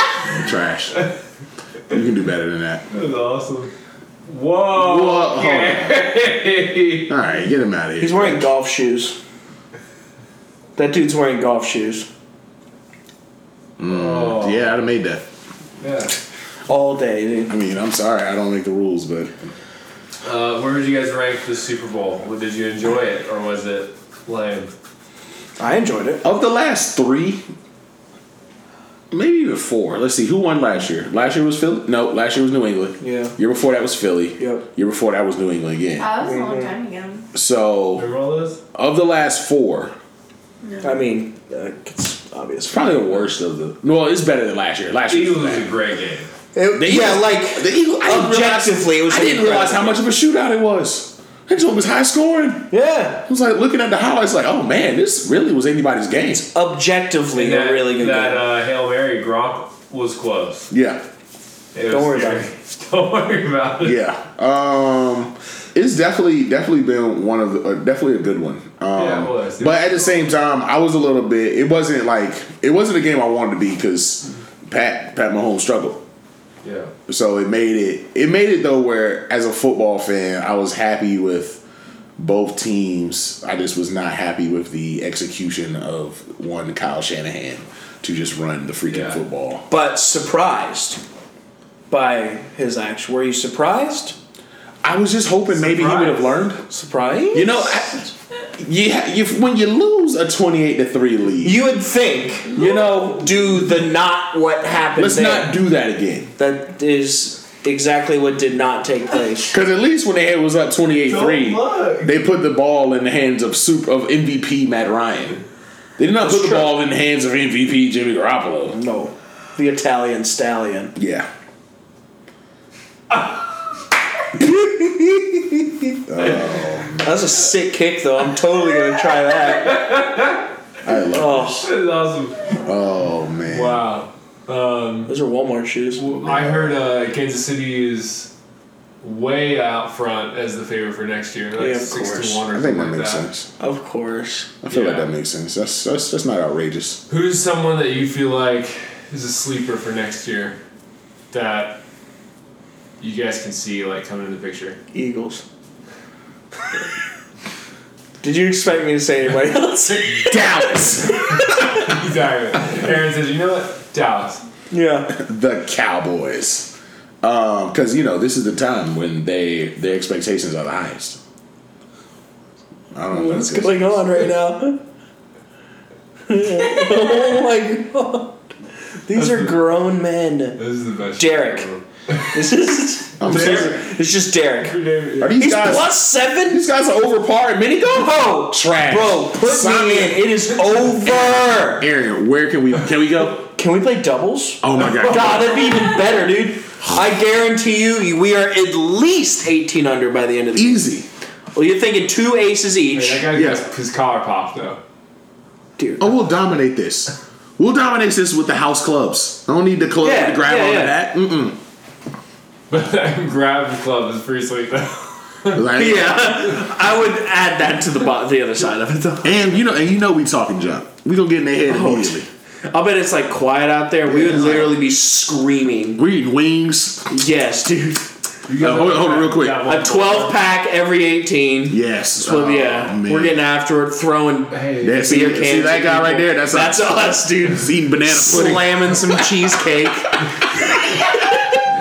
Speaker 2: Trash. you can do better than that.
Speaker 4: That was awesome.
Speaker 2: Whoa,
Speaker 4: Whoa.
Speaker 2: hold on.
Speaker 4: okay.
Speaker 2: All right, get him out of here.
Speaker 1: He's wearing golf shoes. That dude's wearing golf shoes
Speaker 4: Oh.
Speaker 2: yeah, I'd have made that.
Speaker 4: Yeah.
Speaker 1: all day, dude.
Speaker 2: I mean, I'm sorry, I don't make the rules, but
Speaker 4: Uh, where would you guys rank the Super Bowl? Well, Did you enjoy it or was it lame?
Speaker 1: I enjoyed it.
Speaker 2: of the last three, maybe even four. Let's see, who won last year? Last year was Philly. No, last year was New England.
Speaker 1: Yeah.
Speaker 2: Year before that was Philly.
Speaker 1: Yep.
Speaker 2: Year before that was New England again.
Speaker 3: That was a
Speaker 4: Mm-hmm.
Speaker 3: long time ago.
Speaker 2: So
Speaker 4: Remember all those?
Speaker 2: of the last four,
Speaker 1: I mean, uh, it's obvious.
Speaker 2: probably the worst of the. Well, it's better than last year. Last
Speaker 4: The
Speaker 2: year
Speaker 4: Eagles was
Speaker 2: bad.
Speaker 4: a great game.
Speaker 1: It-
Speaker 2: The
Speaker 1: yeah,
Speaker 2: Eagles-
Speaker 1: like
Speaker 2: the Eagles, I didn't realize-
Speaker 1: objectively, it was
Speaker 2: I didn't realize how much of a shootout it was. That joke was high scoring.
Speaker 1: yeah.
Speaker 2: I was like looking at the highlights, like, oh man, this really was anybody's game.
Speaker 1: Objectively,
Speaker 4: And
Speaker 1: they're really good.
Speaker 4: That
Speaker 1: game.
Speaker 4: uh, Hail Mary Gronk was close.
Speaker 2: Yeah,
Speaker 4: It
Speaker 1: Don't
Speaker 4: was
Speaker 1: worry about
Speaker 4: scary. Don't worry about it.
Speaker 2: yeah. Um, it's definitely definitely been one of the uh, definitely a good one. Um,
Speaker 4: Yeah, it was.
Speaker 2: But at the same time, I was a little bit. It wasn't like it wasn't a game I wanted to be because Pat Pat Mahomes struggled.
Speaker 4: Yeah.
Speaker 2: so it made it it made it though where as a football fan i was happy with both teams i just was not happy with the execution of one kyle shanahan to just run the freaking
Speaker 4: Yeah.
Speaker 2: football
Speaker 1: but surprised by his action. Were you surprised?
Speaker 2: i was just hoping maybe he would have learned
Speaker 1: Surprised?
Speaker 2: you know I, you, ha- you when you lose a twenty eight to three lead,
Speaker 1: You would think, you know, do the not what happened.
Speaker 2: let's
Speaker 1: there.
Speaker 2: not do that again.
Speaker 1: That is exactly what did not take place.
Speaker 2: Because at least when they was up twenty eight three,
Speaker 5: look.
Speaker 2: they put the ball in the hands of super of MVP Matt Ryan. They did not put the
Speaker 1: true.
Speaker 2: ball in the hands of MVP Jimmy Garoppolo.
Speaker 1: No, the Italian stallion.
Speaker 2: Yeah.
Speaker 1: That's a sick kick, though. I'm totally gonna try that.
Speaker 2: I love.
Speaker 1: Oh,
Speaker 4: That is awesome.
Speaker 2: Oh man.
Speaker 4: Wow. Um,
Speaker 1: those are Walmart shoes.
Speaker 4: I heard uh, Kansas City is way out front as the favorite for next year. Like
Speaker 1: Yeah, of
Speaker 4: six
Speaker 1: course.
Speaker 4: to one or
Speaker 2: I think
Speaker 4: something
Speaker 2: that
Speaker 4: like
Speaker 2: makes sense.
Speaker 1: Of course.
Speaker 2: I feel like
Speaker 4: Yeah.
Speaker 2: that makes sense. That's that's, that's not outrageous.
Speaker 4: Who's someone that you feel like is a sleeper for next year that you guys can see like coming in the picture?
Speaker 1: Eagles. Did you expect me to say anybody else?
Speaker 2: Dallas,
Speaker 4: Exactly. Aaron says, you know what? Dallas.
Speaker 1: yeah.
Speaker 2: the Cowboys, because you know this is the time when they their expectations are the highest. I don't know if
Speaker 1: What's
Speaker 2: that's
Speaker 1: going on right now? oh my god. These are grown men.
Speaker 4: This is the best.
Speaker 1: Derek. This is
Speaker 2: I'm sorry.
Speaker 1: it's just Derek.
Speaker 2: Are
Speaker 4: Derek.
Speaker 2: these
Speaker 1: He's
Speaker 2: guys?
Speaker 1: plus seven?
Speaker 2: These guys are over par at mini golf.
Speaker 1: Bro,
Speaker 2: Trash.
Speaker 1: bro, put
Speaker 2: Sign
Speaker 1: me in. It is over.
Speaker 2: Aaron, where can we can we go?
Speaker 1: Can we play doubles?
Speaker 2: Oh my god.
Speaker 1: God, that'd be even better, dude. I guarantee you, we are at least 18 under by the end of the year.
Speaker 2: Easy.
Speaker 1: Well, you're thinking two aces each.
Speaker 4: That guy
Speaker 2: Yeah.
Speaker 4: got his collar popped though.
Speaker 1: Dude.
Speaker 2: Oh, we'll dominate this. We'll dominate this with the house clubs. I don't need the club
Speaker 1: Yeah,
Speaker 2: to grab
Speaker 1: yeah,
Speaker 2: all
Speaker 1: yeah.
Speaker 2: of that. Mm-mm.
Speaker 4: But that grab the club is pretty sweet though.
Speaker 2: Like-
Speaker 1: Yeah, I would add that to the bo- the other side of it, though.
Speaker 2: And you know, and you know, we talking junk. We gonna get in their head
Speaker 1: Oh,
Speaker 2: immediately.
Speaker 1: I'll bet it's like quiet out there. We would literally be screaming.
Speaker 2: We eating wings.
Speaker 1: Yes, dude.
Speaker 4: You guys
Speaker 2: Uh, hold- hold on real quick.
Speaker 4: Got one
Speaker 1: A 12 pack every 18.
Speaker 2: Yes.
Speaker 1: So,
Speaker 2: Oh,
Speaker 1: yeah,
Speaker 2: man.
Speaker 1: we're getting after it, throwing.
Speaker 4: Hey,
Speaker 2: That's- see,
Speaker 1: beer
Speaker 2: see
Speaker 1: cans
Speaker 2: that
Speaker 1: and
Speaker 2: guy right
Speaker 1: people.
Speaker 2: there. That's,
Speaker 1: That's us, dude.
Speaker 2: us eating banana pudding.
Speaker 1: Slamming some cheesecake.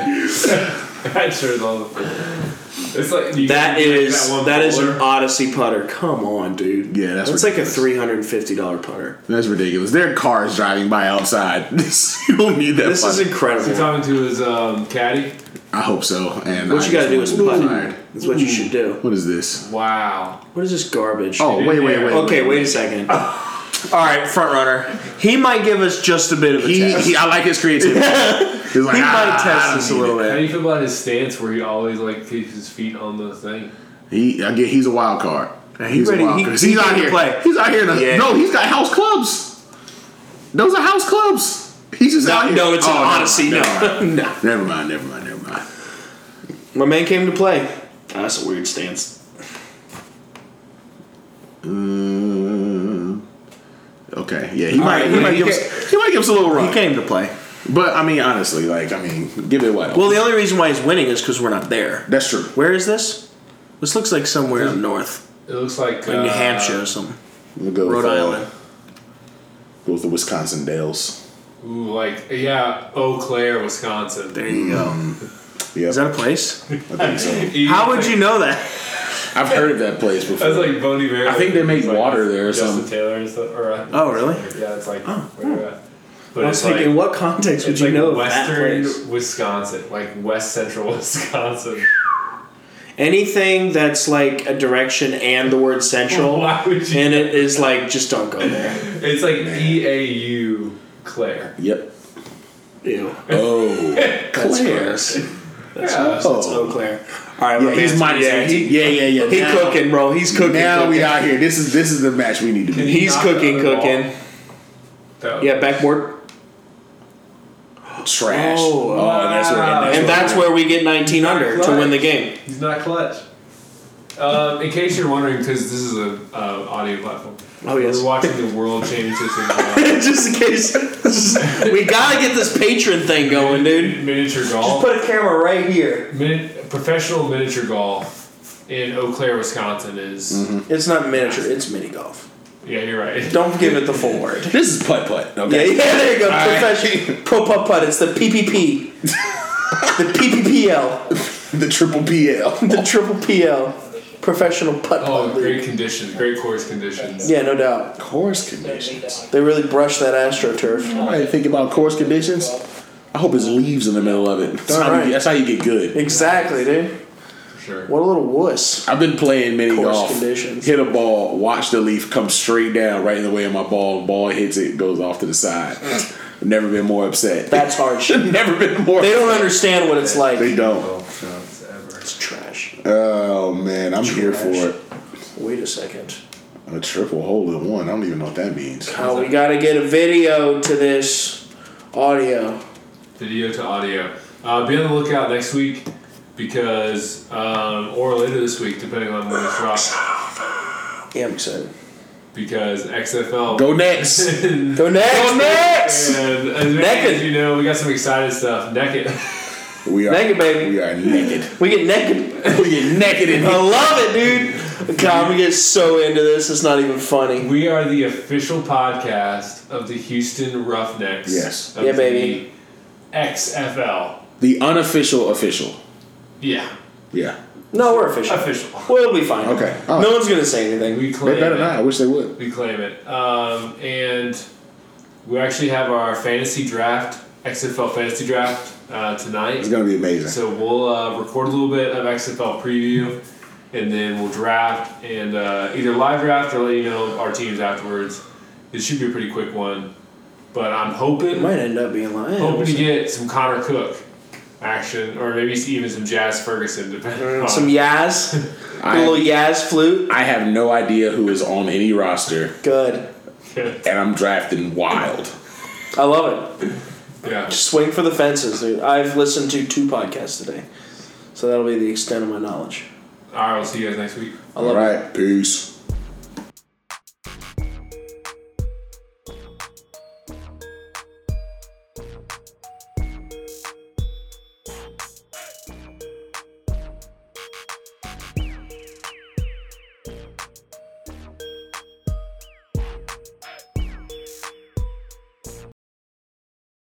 Speaker 4: that shirt is all the It's like you
Speaker 1: That
Speaker 4: you
Speaker 1: is
Speaker 4: got one
Speaker 1: that is
Speaker 4: folder.
Speaker 1: an Odyssey putter. Come on, dude.
Speaker 2: Yeah, that's
Speaker 1: that's like a
Speaker 2: ridiculous.
Speaker 1: three hundred and fifty dollar putter.
Speaker 2: That's ridiculous. There are cars driving by outside. you don't need that.
Speaker 1: This is
Speaker 2: fucking-
Speaker 4: He's
Speaker 1: incredible.
Speaker 4: talking to his um, caddy.
Speaker 2: I hope so. And
Speaker 1: What
Speaker 2: I
Speaker 1: you gotta
Speaker 2: just
Speaker 1: do is putt.
Speaker 2: wanna be
Speaker 1: it.
Speaker 2: fired.
Speaker 1: That's what you should do.
Speaker 2: What is this?
Speaker 4: Wow.
Speaker 1: What is this garbage?
Speaker 2: Oh wait, wait, wait.
Speaker 1: okay. Wait a second. All right, front runner. He might give us just a bit of a
Speaker 2: He,
Speaker 1: test.
Speaker 2: he, I like his creativity. He's like,
Speaker 1: He might
Speaker 2: "Ah, I
Speaker 1: test
Speaker 2: don't
Speaker 1: us a
Speaker 2: need
Speaker 1: little
Speaker 4: How do
Speaker 1: bit.
Speaker 4: you feel about his stance where he always like keeps his feet on the thing?
Speaker 2: He, I get he's a wild card.
Speaker 1: he
Speaker 2: he's
Speaker 1: ready-
Speaker 2: a wild
Speaker 1: he-
Speaker 2: card.
Speaker 1: he
Speaker 2: He's out
Speaker 1: ready to
Speaker 2: here.
Speaker 1: play.
Speaker 2: He's out here. In the,
Speaker 1: Yeah.
Speaker 2: No, he's got house clubs. Those are house clubs. He's just out here.
Speaker 1: No, it's
Speaker 2: Oh,
Speaker 1: an
Speaker 2: never
Speaker 1: Odyssey.
Speaker 2: mind, never
Speaker 1: No,
Speaker 2: mind.
Speaker 1: no.
Speaker 2: Never mind. Never mind. Never mind.
Speaker 1: My man came to play. Oh, that's a weird stance.
Speaker 2: Um, okay. Yeah, he might.
Speaker 1: right,
Speaker 2: he,
Speaker 1: yeah,
Speaker 2: might
Speaker 1: he
Speaker 2: give
Speaker 1: ca-
Speaker 2: us, he might give us a little
Speaker 1: He
Speaker 2: run.
Speaker 1: came to play.
Speaker 2: But I mean, honestly, like I mean, give it what?
Speaker 1: Well, the only reason why he's winning is because we're not there.
Speaker 2: that's true.
Speaker 1: Where is this? This looks like somewhere up north,
Speaker 4: It looks like
Speaker 1: like New
Speaker 4: uh,
Speaker 1: Hampshire or something.
Speaker 2: We'll go
Speaker 1: Rhode
Speaker 2: with, uh,
Speaker 1: Island.
Speaker 2: Go with the Wisconsin Dales.
Speaker 4: Ooh, like yeah, Eau Claire, Wisconsin.
Speaker 1: There you go.
Speaker 2: Yeah,
Speaker 1: Is that a place?
Speaker 2: I think so.
Speaker 1: How would you know that?
Speaker 2: I've heard of that place before.
Speaker 4: That's like Boney Bear.
Speaker 2: I think they make water there or
Speaker 4: Justin
Speaker 2: something.
Speaker 4: Taylor and stuff. Or, uh,
Speaker 1: Oh, really?
Speaker 4: Yeah, it's like. where they're at. But
Speaker 1: I was
Speaker 4: it's
Speaker 1: thinking,
Speaker 4: like,
Speaker 1: what context would
Speaker 4: it's
Speaker 1: you
Speaker 4: like
Speaker 1: know of that
Speaker 4: Western
Speaker 1: place?
Speaker 4: Wisconsin, like West Central Wisconsin.
Speaker 1: Anything that's like a direction and the word central
Speaker 4: Why would you-
Speaker 1: and it is like just don't go there.
Speaker 4: It's like E A U Claire.
Speaker 2: Yep.
Speaker 1: Ew.
Speaker 2: Oh,
Speaker 1: That's
Speaker 2: Claire.
Speaker 1: gross. That's
Speaker 4: Yeah.
Speaker 1: gross. That's Eau Claire. All right,
Speaker 2: Oh. Yeah,
Speaker 1: my
Speaker 2: he's
Speaker 1: man's-
Speaker 2: minus
Speaker 1: yeah, he,
Speaker 2: 18. yeah, yeah, yeah.
Speaker 1: he
Speaker 2: Now-
Speaker 1: cooking, bro. He's cooking.
Speaker 2: Now we
Speaker 1: cooking.
Speaker 2: out here. This is this is the match we need to be.
Speaker 1: He's
Speaker 4: Knock the
Speaker 1: cooking,
Speaker 4: other ball.
Speaker 1: cooking.
Speaker 4: That-
Speaker 1: Yeah, backboard.
Speaker 2: Trash.
Speaker 1: Oh,
Speaker 2: that's where.
Speaker 4: wow.
Speaker 1: And that's where we get 19 under to win the game.
Speaker 4: He's not clutch. Um, in case you're wondering, because this is a uh, audio platform.
Speaker 1: Oh, yes.
Speaker 4: We're watching the World Championships in uh,
Speaker 1: just in case. we gotta get this patron thing going, dude.
Speaker 4: miniature golf.
Speaker 1: Put a camera right here.
Speaker 4: Min- professional miniature golf in Eau Claire, Wisconsin is.
Speaker 1: It's not miniature, it's mini golf.
Speaker 4: Yeah, you're right.
Speaker 1: Mm-hmm. Don't give it the full word.
Speaker 2: This is putt putt.
Speaker 1: Yeah,
Speaker 2: Okay.
Speaker 1: yeah, there you go.
Speaker 2: All right.
Speaker 1: Professional pro putt putt. It's the PPP, the PPPL,
Speaker 2: The triple PL.
Speaker 1: the triple PL.
Speaker 6: professional putt
Speaker 4: Oh,
Speaker 6: putt
Speaker 4: great
Speaker 6: league.
Speaker 4: conditions, great course conditions.
Speaker 6: Yeah, no doubt.
Speaker 2: Course conditions.
Speaker 6: They really brushed that astroturf.
Speaker 2: I didn't think about course conditions. I hope it's leaves in the middle of it. That's, how,
Speaker 6: Right.
Speaker 2: you, that's how you get good.
Speaker 6: Exactly, dude.
Speaker 4: for sure.
Speaker 6: What a little wuss.
Speaker 2: I've been playing mini
Speaker 6: Course
Speaker 2: golf.
Speaker 6: conditions.
Speaker 2: Hit a ball, watch the leaf come straight down right in the way of my ball. Ball hits it, goes off to the side. I've never been more upset.
Speaker 6: That's harsh. they
Speaker 2: never been more.
Speaker 6: don't understand what it's like.
Speaker 2: They don't.
Speaker 4: Oh, shots ever.
Speaker 6: It's trash.
Speaker 2: Oh man, I'm here for
Speaker 6: Trash.
Speaker 2: it.
Speaker 6: Wait a second.
Speaker 2: A triple hole in one. I don't even know what that means.
Speaker 6: Oh, we gotta get a video to this audio.
Speaker 4: Video to audio. Uh, be on the lookout next week because, um, or later this week, depending on when this drops,
Speaker 6: Yeah, I'm excited.
Speaker 4: because XFL.
Speaker 2: Go next.
Speaker 4: and
Speaker 6: Go next.
Speaker 2: Go next.
Speaker 4: as many
Speaker 6: Naked.
Speaker 4: as you know, we got some excited stuff. Naked.
Speaker 2: We are
Speaker 6: Naked, baby.
Speaker 2: We are naked.
Speaker 6: We get naked.
Speaker 2: we get naked in
Speaker 6: I
Speaker 2: here.
Speaker 6: love it, dude. God, we get so into this. It's not even funny.
Speaker 4: We are the official podcast of the Houston Roughnecks.
Speaker 2: Yes.
Speaker 4: of
Speaker 6: Yeah,
Speaker 4: the
Speaker 6: baby.
Speaker 4: XFL.
Speaker 2: The unofficial official.
Speaker 4: Yeah.
Speaker 2: Yeah.
Speaker 6: No, we're official.
Speaker 4: Official.
Speaker 6: We'll be fine.
Speaker 2: Okay. All right.
Speaker 6: No one's gonna say anything.
Speaker 4: We claim
Speaker 2: They better
Speaker 4: it.
Speaker 2: not. I wish they would.
Speaker 4: We claim it. Um, and we actually have our fantasy draft, XFL fantasy draft uh, tonight.
Speaker 2: It's gonna be amazing.
Speaker 4: So we'll uh, record a little bit of XFL preview, and then we'll draft and uh, either live draft or let you know our teams afterwards. It should be a pretty quick one, but I'm
Speaker 6: It
Speaker 4: hoping
Speaker 6: might end up being lying.
Speaker 2: Oh,
Speaker 4: hoping to get some Connor Cook action, or maybe even some Jazz Ferguson, depending on
Speaker 6: Mm, some Yaz, a little
Speaker 2: I,
Speaker 6: Yaz flute.
Speaker 2: I have no idea who is on any roster,
Speaker 6: Good.
Speaker 2: and I'm drafting wild.
Speaker 6: I love it.
Speaker 4: yeah.
Speaker 6: Just swing for the fences, dude. I've listened to two podcasts today, so that'll be the extent of my knowledge.
Speaker 4: All right, we'll see you guys next week.
Speaker 6: I love
Speaker 2: All right. Peace.